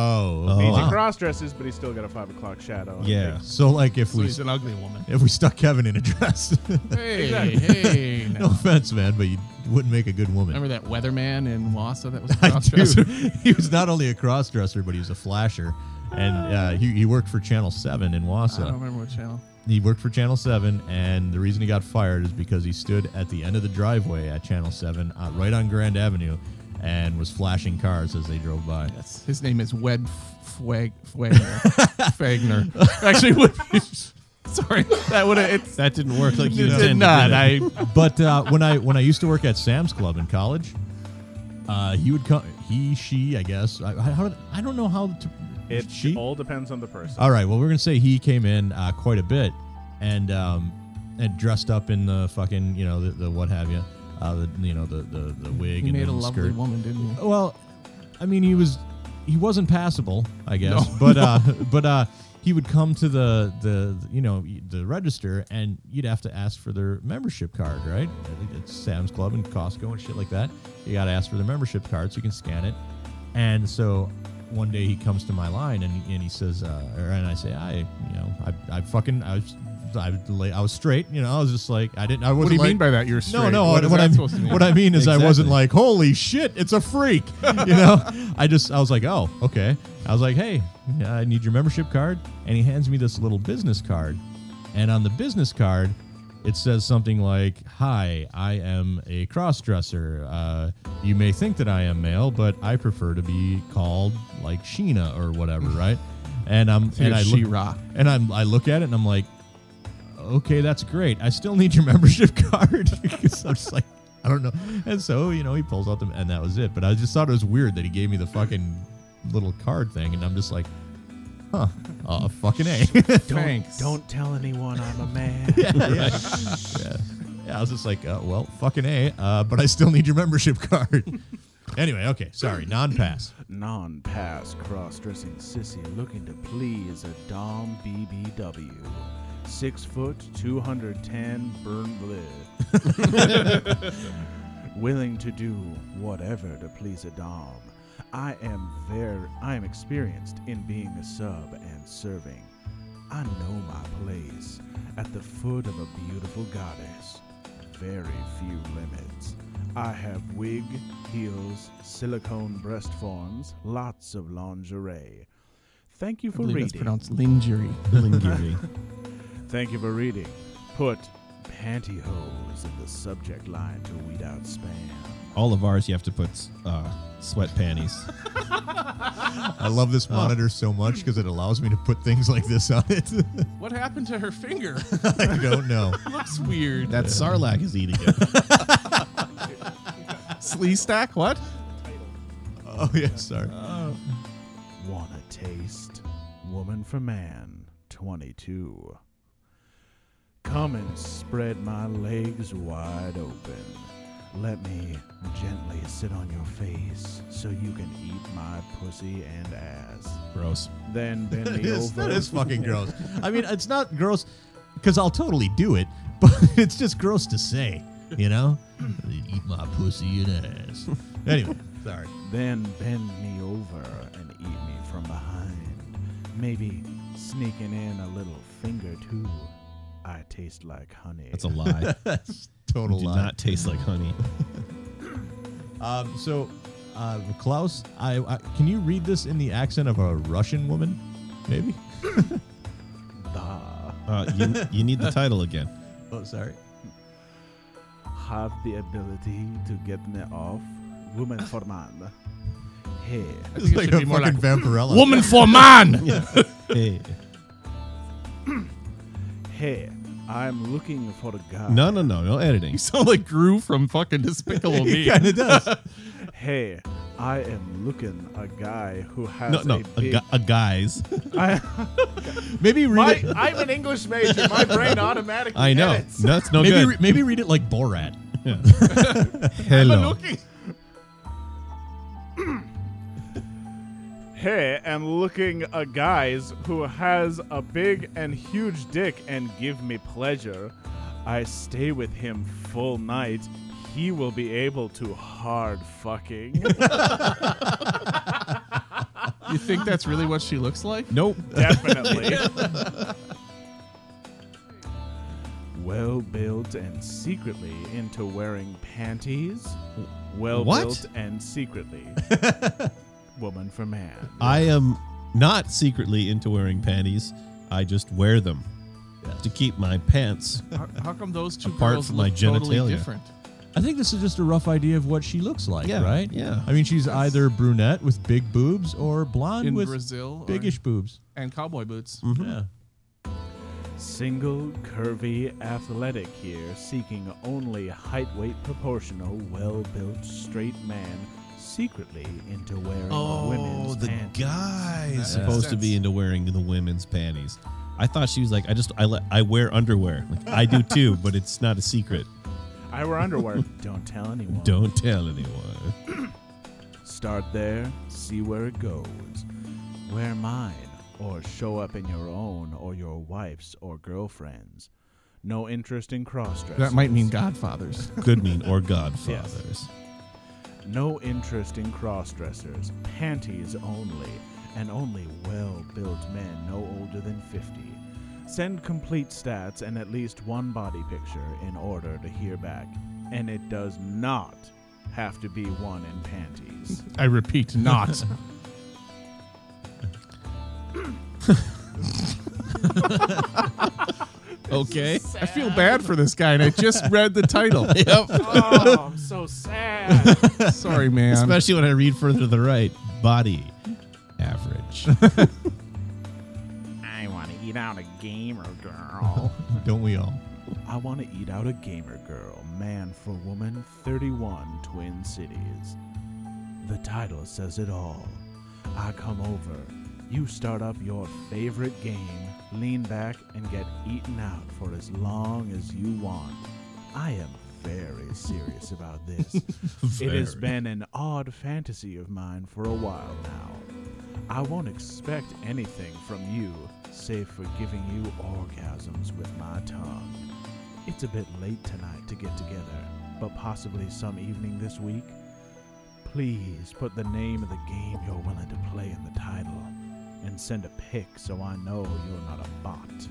A: Oh,
B: okay.
D: He's
A: wow.
D: a cross-dresses, but he's still got a five o'clock shadow. and
A: Yeah.
B: So like if
C: So
B: we
C: he's an ugly woman.
B: if we stuck Kevin in a dress.
C: Hey, hey.
B: no
C: Now.
B: offense, man, but you wouldn't make a good woman.
C: Remember that weatherman in Wausau that was a
B: I do.
C: crossdresser?
B: he was not only a crossdresser, but he was a flasher. And uh, he, he worked for Channel 7 in
C: I don't
B: Wausau.
C: remember what channel.
B: he worked for Channel 7, and the reason he got fired is because he stood at the end of the driveway at Channel 7, uh, right on Grand Avenue, and was flashing cars as they drove by.
C: His name is Wed Fwag Fwagner. Fagner. Actually, would be, sorry, that would have it's
A: That didn't work like you
C: it
A: intended,
C: did not.
A: it?
C: I
B: But uh, when I when I used to work at Sam's Club in college, uh, he would come. He, she, I guess. I, I- how did, I don't know how to.
D: It
B: she.
D: all depends on the person.
B: All right. Well, we're gonna say he came in uh, quite a bit, and um, and dressed up in the fucking you know the, the what have you, uh, the you know the the, the wig
C: he
B: and
C: made
B: the
C: a lovely
B: skirt.
C: woman, didn't he?
B: Well, I mean, he was he wasn't passable, I guess.
C: No,
B: but uh, but uh, he would come to the the you know the register, and you'd have to ask for their membership card, right? I think It's Sam's Club and Costco and shit like that. You got to ask for their membership card so you can scan it. And so one day he comes to my line and, and he says, uh, or- and I say, I you know I I fucking I was. I was, la- I was straight, you know. I was just like, I didn't. I wasn't
C: What do you
B: like-
C: mean by that? You're
B: no,
C: straight.
B: no. What,
C: What is
B: what
C: that
B: I mean,
C: supposed to mean?
B: what I mean is, I wasn't
A: Exactly.
B: like, "Holy shit, it's a freak," you know. I just, I was like, "Oh, okay." I was like, "Hey, I need your membership card," and he hands me this little business card, and on the business card, it says something like, "Hi, I am a crossdresser. Uh, you may think that I am male, but I prefer to be called like Sheena or whatever, right?" And I'm, and I look,
C: She-Ra.
B: and I'm, I look at it and I'm like, okay, that's great. I still need your membership card because I'm just like, I don't know. And so, you know, he pulls out the, and that was it. But I just thought it was weird that he gave me the fucking little card thing. And I'm just like, Uh, fucking a.
C: Thanks.
D: Don't tell anyone I'm a man.
B: Yeah, I was just like, uh, well, fucking A, uh, but I still need your membership card. anyway, okay, sorry, non pass.
D: Non-pass cross-dressing sissy looking to please a Dom BBW. Six foot, 210 burn blue. Willing to do whatever to please a Dom. I am very, I am experienced in being a sub and serving. I know my place at the foot of a beautiful goddess. Very few limits. I have wig, heels, silicone breast forms, lots of lingerie. Thank you
C: I
D: for
C: believe that's
D: reading.
C: pronounced lingerie.
A: Lingerie.
D: Thank you for reading. Put pantyhose in the subject line to weed out spam.
A: All of ours, you have to put uh, sweat panties. Oh.
B: I love this monitor so much because it allows me to put things like this on it.
C: What happened to her finger?
B: I don't know.
C: Looks weird.
A: That Sarlacc is eating it.
C: Slee stack? What?
B: Oh, yeah, sorry.
A: Uh,
D: Wanna taste? Woman for man, 22. Come and spread my legs wide open. Let me gently sit on your face so you can eat my pussy and ass.
A: Gross.
D: Then bend
B: That
D: me
B: is,
D: over.
B: that is fucking gross. I mean, it's not gross because I'll totally do it, but it's just gross to say, you know? Eat my pussy and ass. Anyway, sorry.
D: Then bend me over and eat me from behind. Maybe sneaking in a little finger too. I taste like honey.
A: That's a lie.
B: Total
A: Do
B: lie.
A: not taste like honey.
B: Um, so, uh, Klaus, I, I can you read this in the accent of a Russian woman? Maybe.
D: Bah.
A: Uh, you, you need the title again.
B: Oh, sorry.
D: Have the ability to get me off. Woman for man. Hey.
B: It's
C: think it
B: like
C: should
B: a
C: be
B: fucking
C: more like
B: vampirella.
C: Woman for man!
A: Hey.
D: Hey. I'm looking for a guy.
A: No, no, no, no editing.
C: You sound like Gru from fucking Despicable Me.
B: kind of does.
D: Hey. I am looking a guy who has
A: No, no,
D: a
A: a,
D: big.
A: gu- a guys.
D: I,
B: Maybe read
D: my,
B: it.
D: I'm an English major. My brain automatically.
A: I know.
D: edits.
A: No, that's no
B: maybe
A: good.
B: re- maybe read it like Borat.
A: Hello.
D: Hey, and looking a guys who has a big and huge dick and give me pleasure. I stay with him full night. He will be able to hard fucking.
C: You think that's really what she looks like?
A: Nope.
D: Definitely. well built and secretly into wearing panties. Well
A: What?
D: built and secretly. Woman for man.
A: I am not secretly into wearing panties. I just wear them to keep my pants.
C: How, how come those two
A: Apart
C: girls
A: from my
C: look totally
A: genitalia.
C: different?
B: I think this is just a rough idea of what she looks like,
A: Yeah,
B: right?
A: yeah.
B: I mean, she's either brunette with big boobs or blonde
C: In
B: with
C: Brazil or-
B: biggish boobs.
C: and cowboy boots.
B: Yeah.
D: Single, curvy, athletic here, seeking only height weight proportional, well built, straight man, secretly into wearing
A: Oh,
D: women's panties.
A: guys
C: That
A: supposed
C: makes
A: to be
C: sense.
A: into wearing the women's panties. I thought she was like, I just I let I wear underwear. Like I do too, but it's not a secret.
D: I wear underwear. Don't tell anyone.
A: Don't tell anyone.
D: Start there, see where it goes. Wear mine, or show up in your own, or your wife's, or girlfriend's. No interest in cross dressing.
C: That might mean Godfathers.
A: Good mean or Godfathers.
D: No interest in cross dressers, panties only, and only well built men no older than 50. Send complete stats and at least one body picture in order to hear back. And it does not have to be one in panties.
C: I repeat, not.
A: Okay.
C: I feel bad for this guy, and I just read the title.
D: oh, I'm so sad.
C: Sorry, man.
A: Especially when I read further to the right, body average.
D: I want to eat out a gamer girl.
B: Don't we all?
D: I want to eat out a gamer girl, man for woman, 31 Twin Cities. The title says it all. I come over, You start up your favorite game, lean back, and get eaten out for as long as you want. I am very serious about this. it has been an odd fantasy of mine for a while now. I won't expect anything from you, save for giving you orgasms with my tongue. It's a bit late tonight to get together, but possibly some evening this week. Please put the name of the game you're willing to play in the title and send a pic so I know you're not a bot.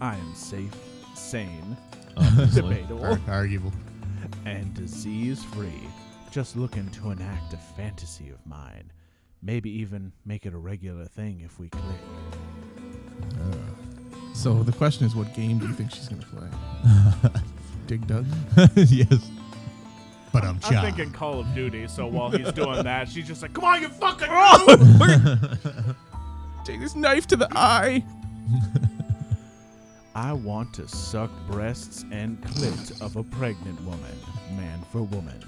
D: I am safe, sane, debatable,
B: Arguable.
D: and disease free. Just looking to enact a fantasy of mine. Maybe even make it a regular thing if we click.
C: So the question is, what game do you think she's going to play? Dig Dug.
B: yes. But I'm
H: I'm
B: chopped.
H: thinking Call of Duty. So while he's doing that, she's just like, "Come on, you fucking move!"
C: Take this knife to the eye.
D: I want to suck breasts and clit of a pregnant woman, man for woman,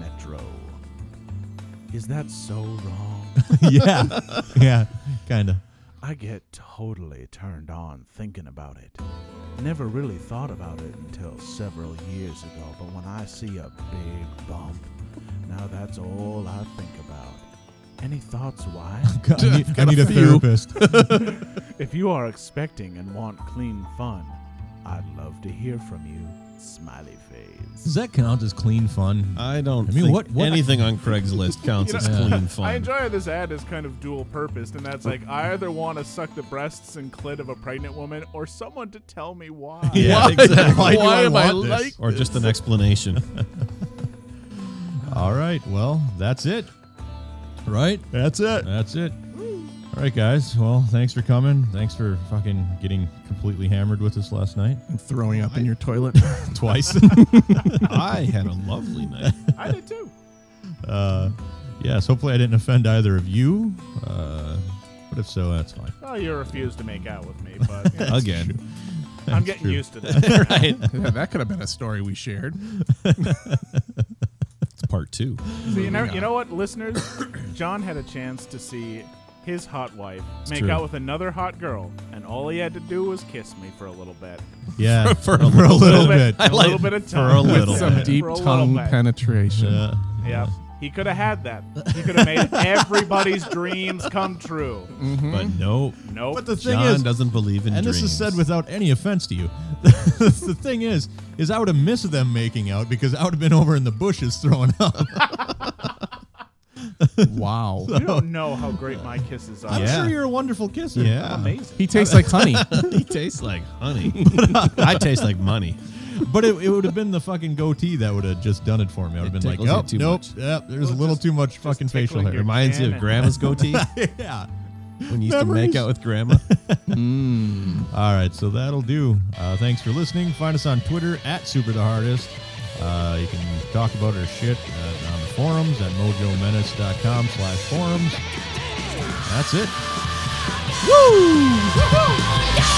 D: metro. Is that so wrong?
B: yeah. Yeah. Kind of.
D: I get totally turned on thinking about it. Never really thought about it until several years ago, but when I see a big bump, now that's all I think about. Any thoughts why?
B: I need, I need a therapist.
D: If you are expecting and want clean fun, I'd love to hear from you. Smiley face.
B: Does that count as clean fun?
A: I don't.
B: I mean,
A: think
B: what- what-
A: anything on Craigslist counts as clean fun. Oh.
H: I enjoy how this ad is kind of dual purposed, and that's like I either want to suck the breasts and clit of a pregnant woman, or someone to tell me why.
A: yeah, exactly.
B: Why do I
A: am
B: want this?
A: like Or just an explanation.
B: All right. Well, that's it. Right?
G: That's it.
B: That's it. All right, guys. Well, thanks for coming. Thanks for fucking getting completely hammered with us last night.
C: And throwing up in your toilet.
B: Twice.
A: I had a lovely night.
H: I did too.
B: uh, yes. Hopefully, I didn't offend either of you. Uh, but if so, that's fine.
H: Well, Oh, you refuse to make out with me, but you know,
A: Again.
H: I'm getting
B: true.
H: used to that.
C: yeah, that could have been a story we shared.
A: It's part two.
H: So you know,
C: Moving
H: you
C: on.
H: know what, listeners? John had a chance to see his hot wife make
A: true.
H: out with another hot girl, and all he had to do was kiss me for a little bit.
B: Yeah.
A: For a
B: For a
A: little
B: little bit.
H: a little bit of tongue.
A: for a little
C: Some
H: Yeah.
C: deep
H: For a little
C: tongue
H: bit.
C: penetration.
B: Yeah.
H: Yeah. He could have had that. He could have made everybody's dreams come true.
A: But no,
H: Nope.
B: But the thing
A: John
B: is,
A: doesn't believe in
B: and this is
A: dreams.
B: said without any offense to you. the thing is, is I would have missed them making out because I would have been over in the bushes throwing up.
C: Wow.
H: you don't know how great my kisses are.
B: I'm
A: Yeah.
B: sure you're a wonderful kisser.
A: Yeah.
H: Amazing.
C: He tastes like honey.
A: he tastes like honey. I taste like money.
B: But it, it would have been the fucking goatee that would have just done it for me. I would have
A: It
B: been like,
A: tickles you
B: nope,
A: too much.
B: nope, yep, there's a little
H: just-
B: too much fucking facial
H: tickling
B: hair.
H: your-
A: Reminds you of
H: Damn it.
A: grandma's goatee
B: yeah.
A: when you used to
B: Memories.
A: make out with grandma.
B: All right, so that'll do. Uh, thanks for listening. Find us on Twitter at Super the Hardest. Uh, you can talk about our shit uh, on the forums at mojomenace.com slash forums. That's it.
I: Woo-hoo! Oh, yeah!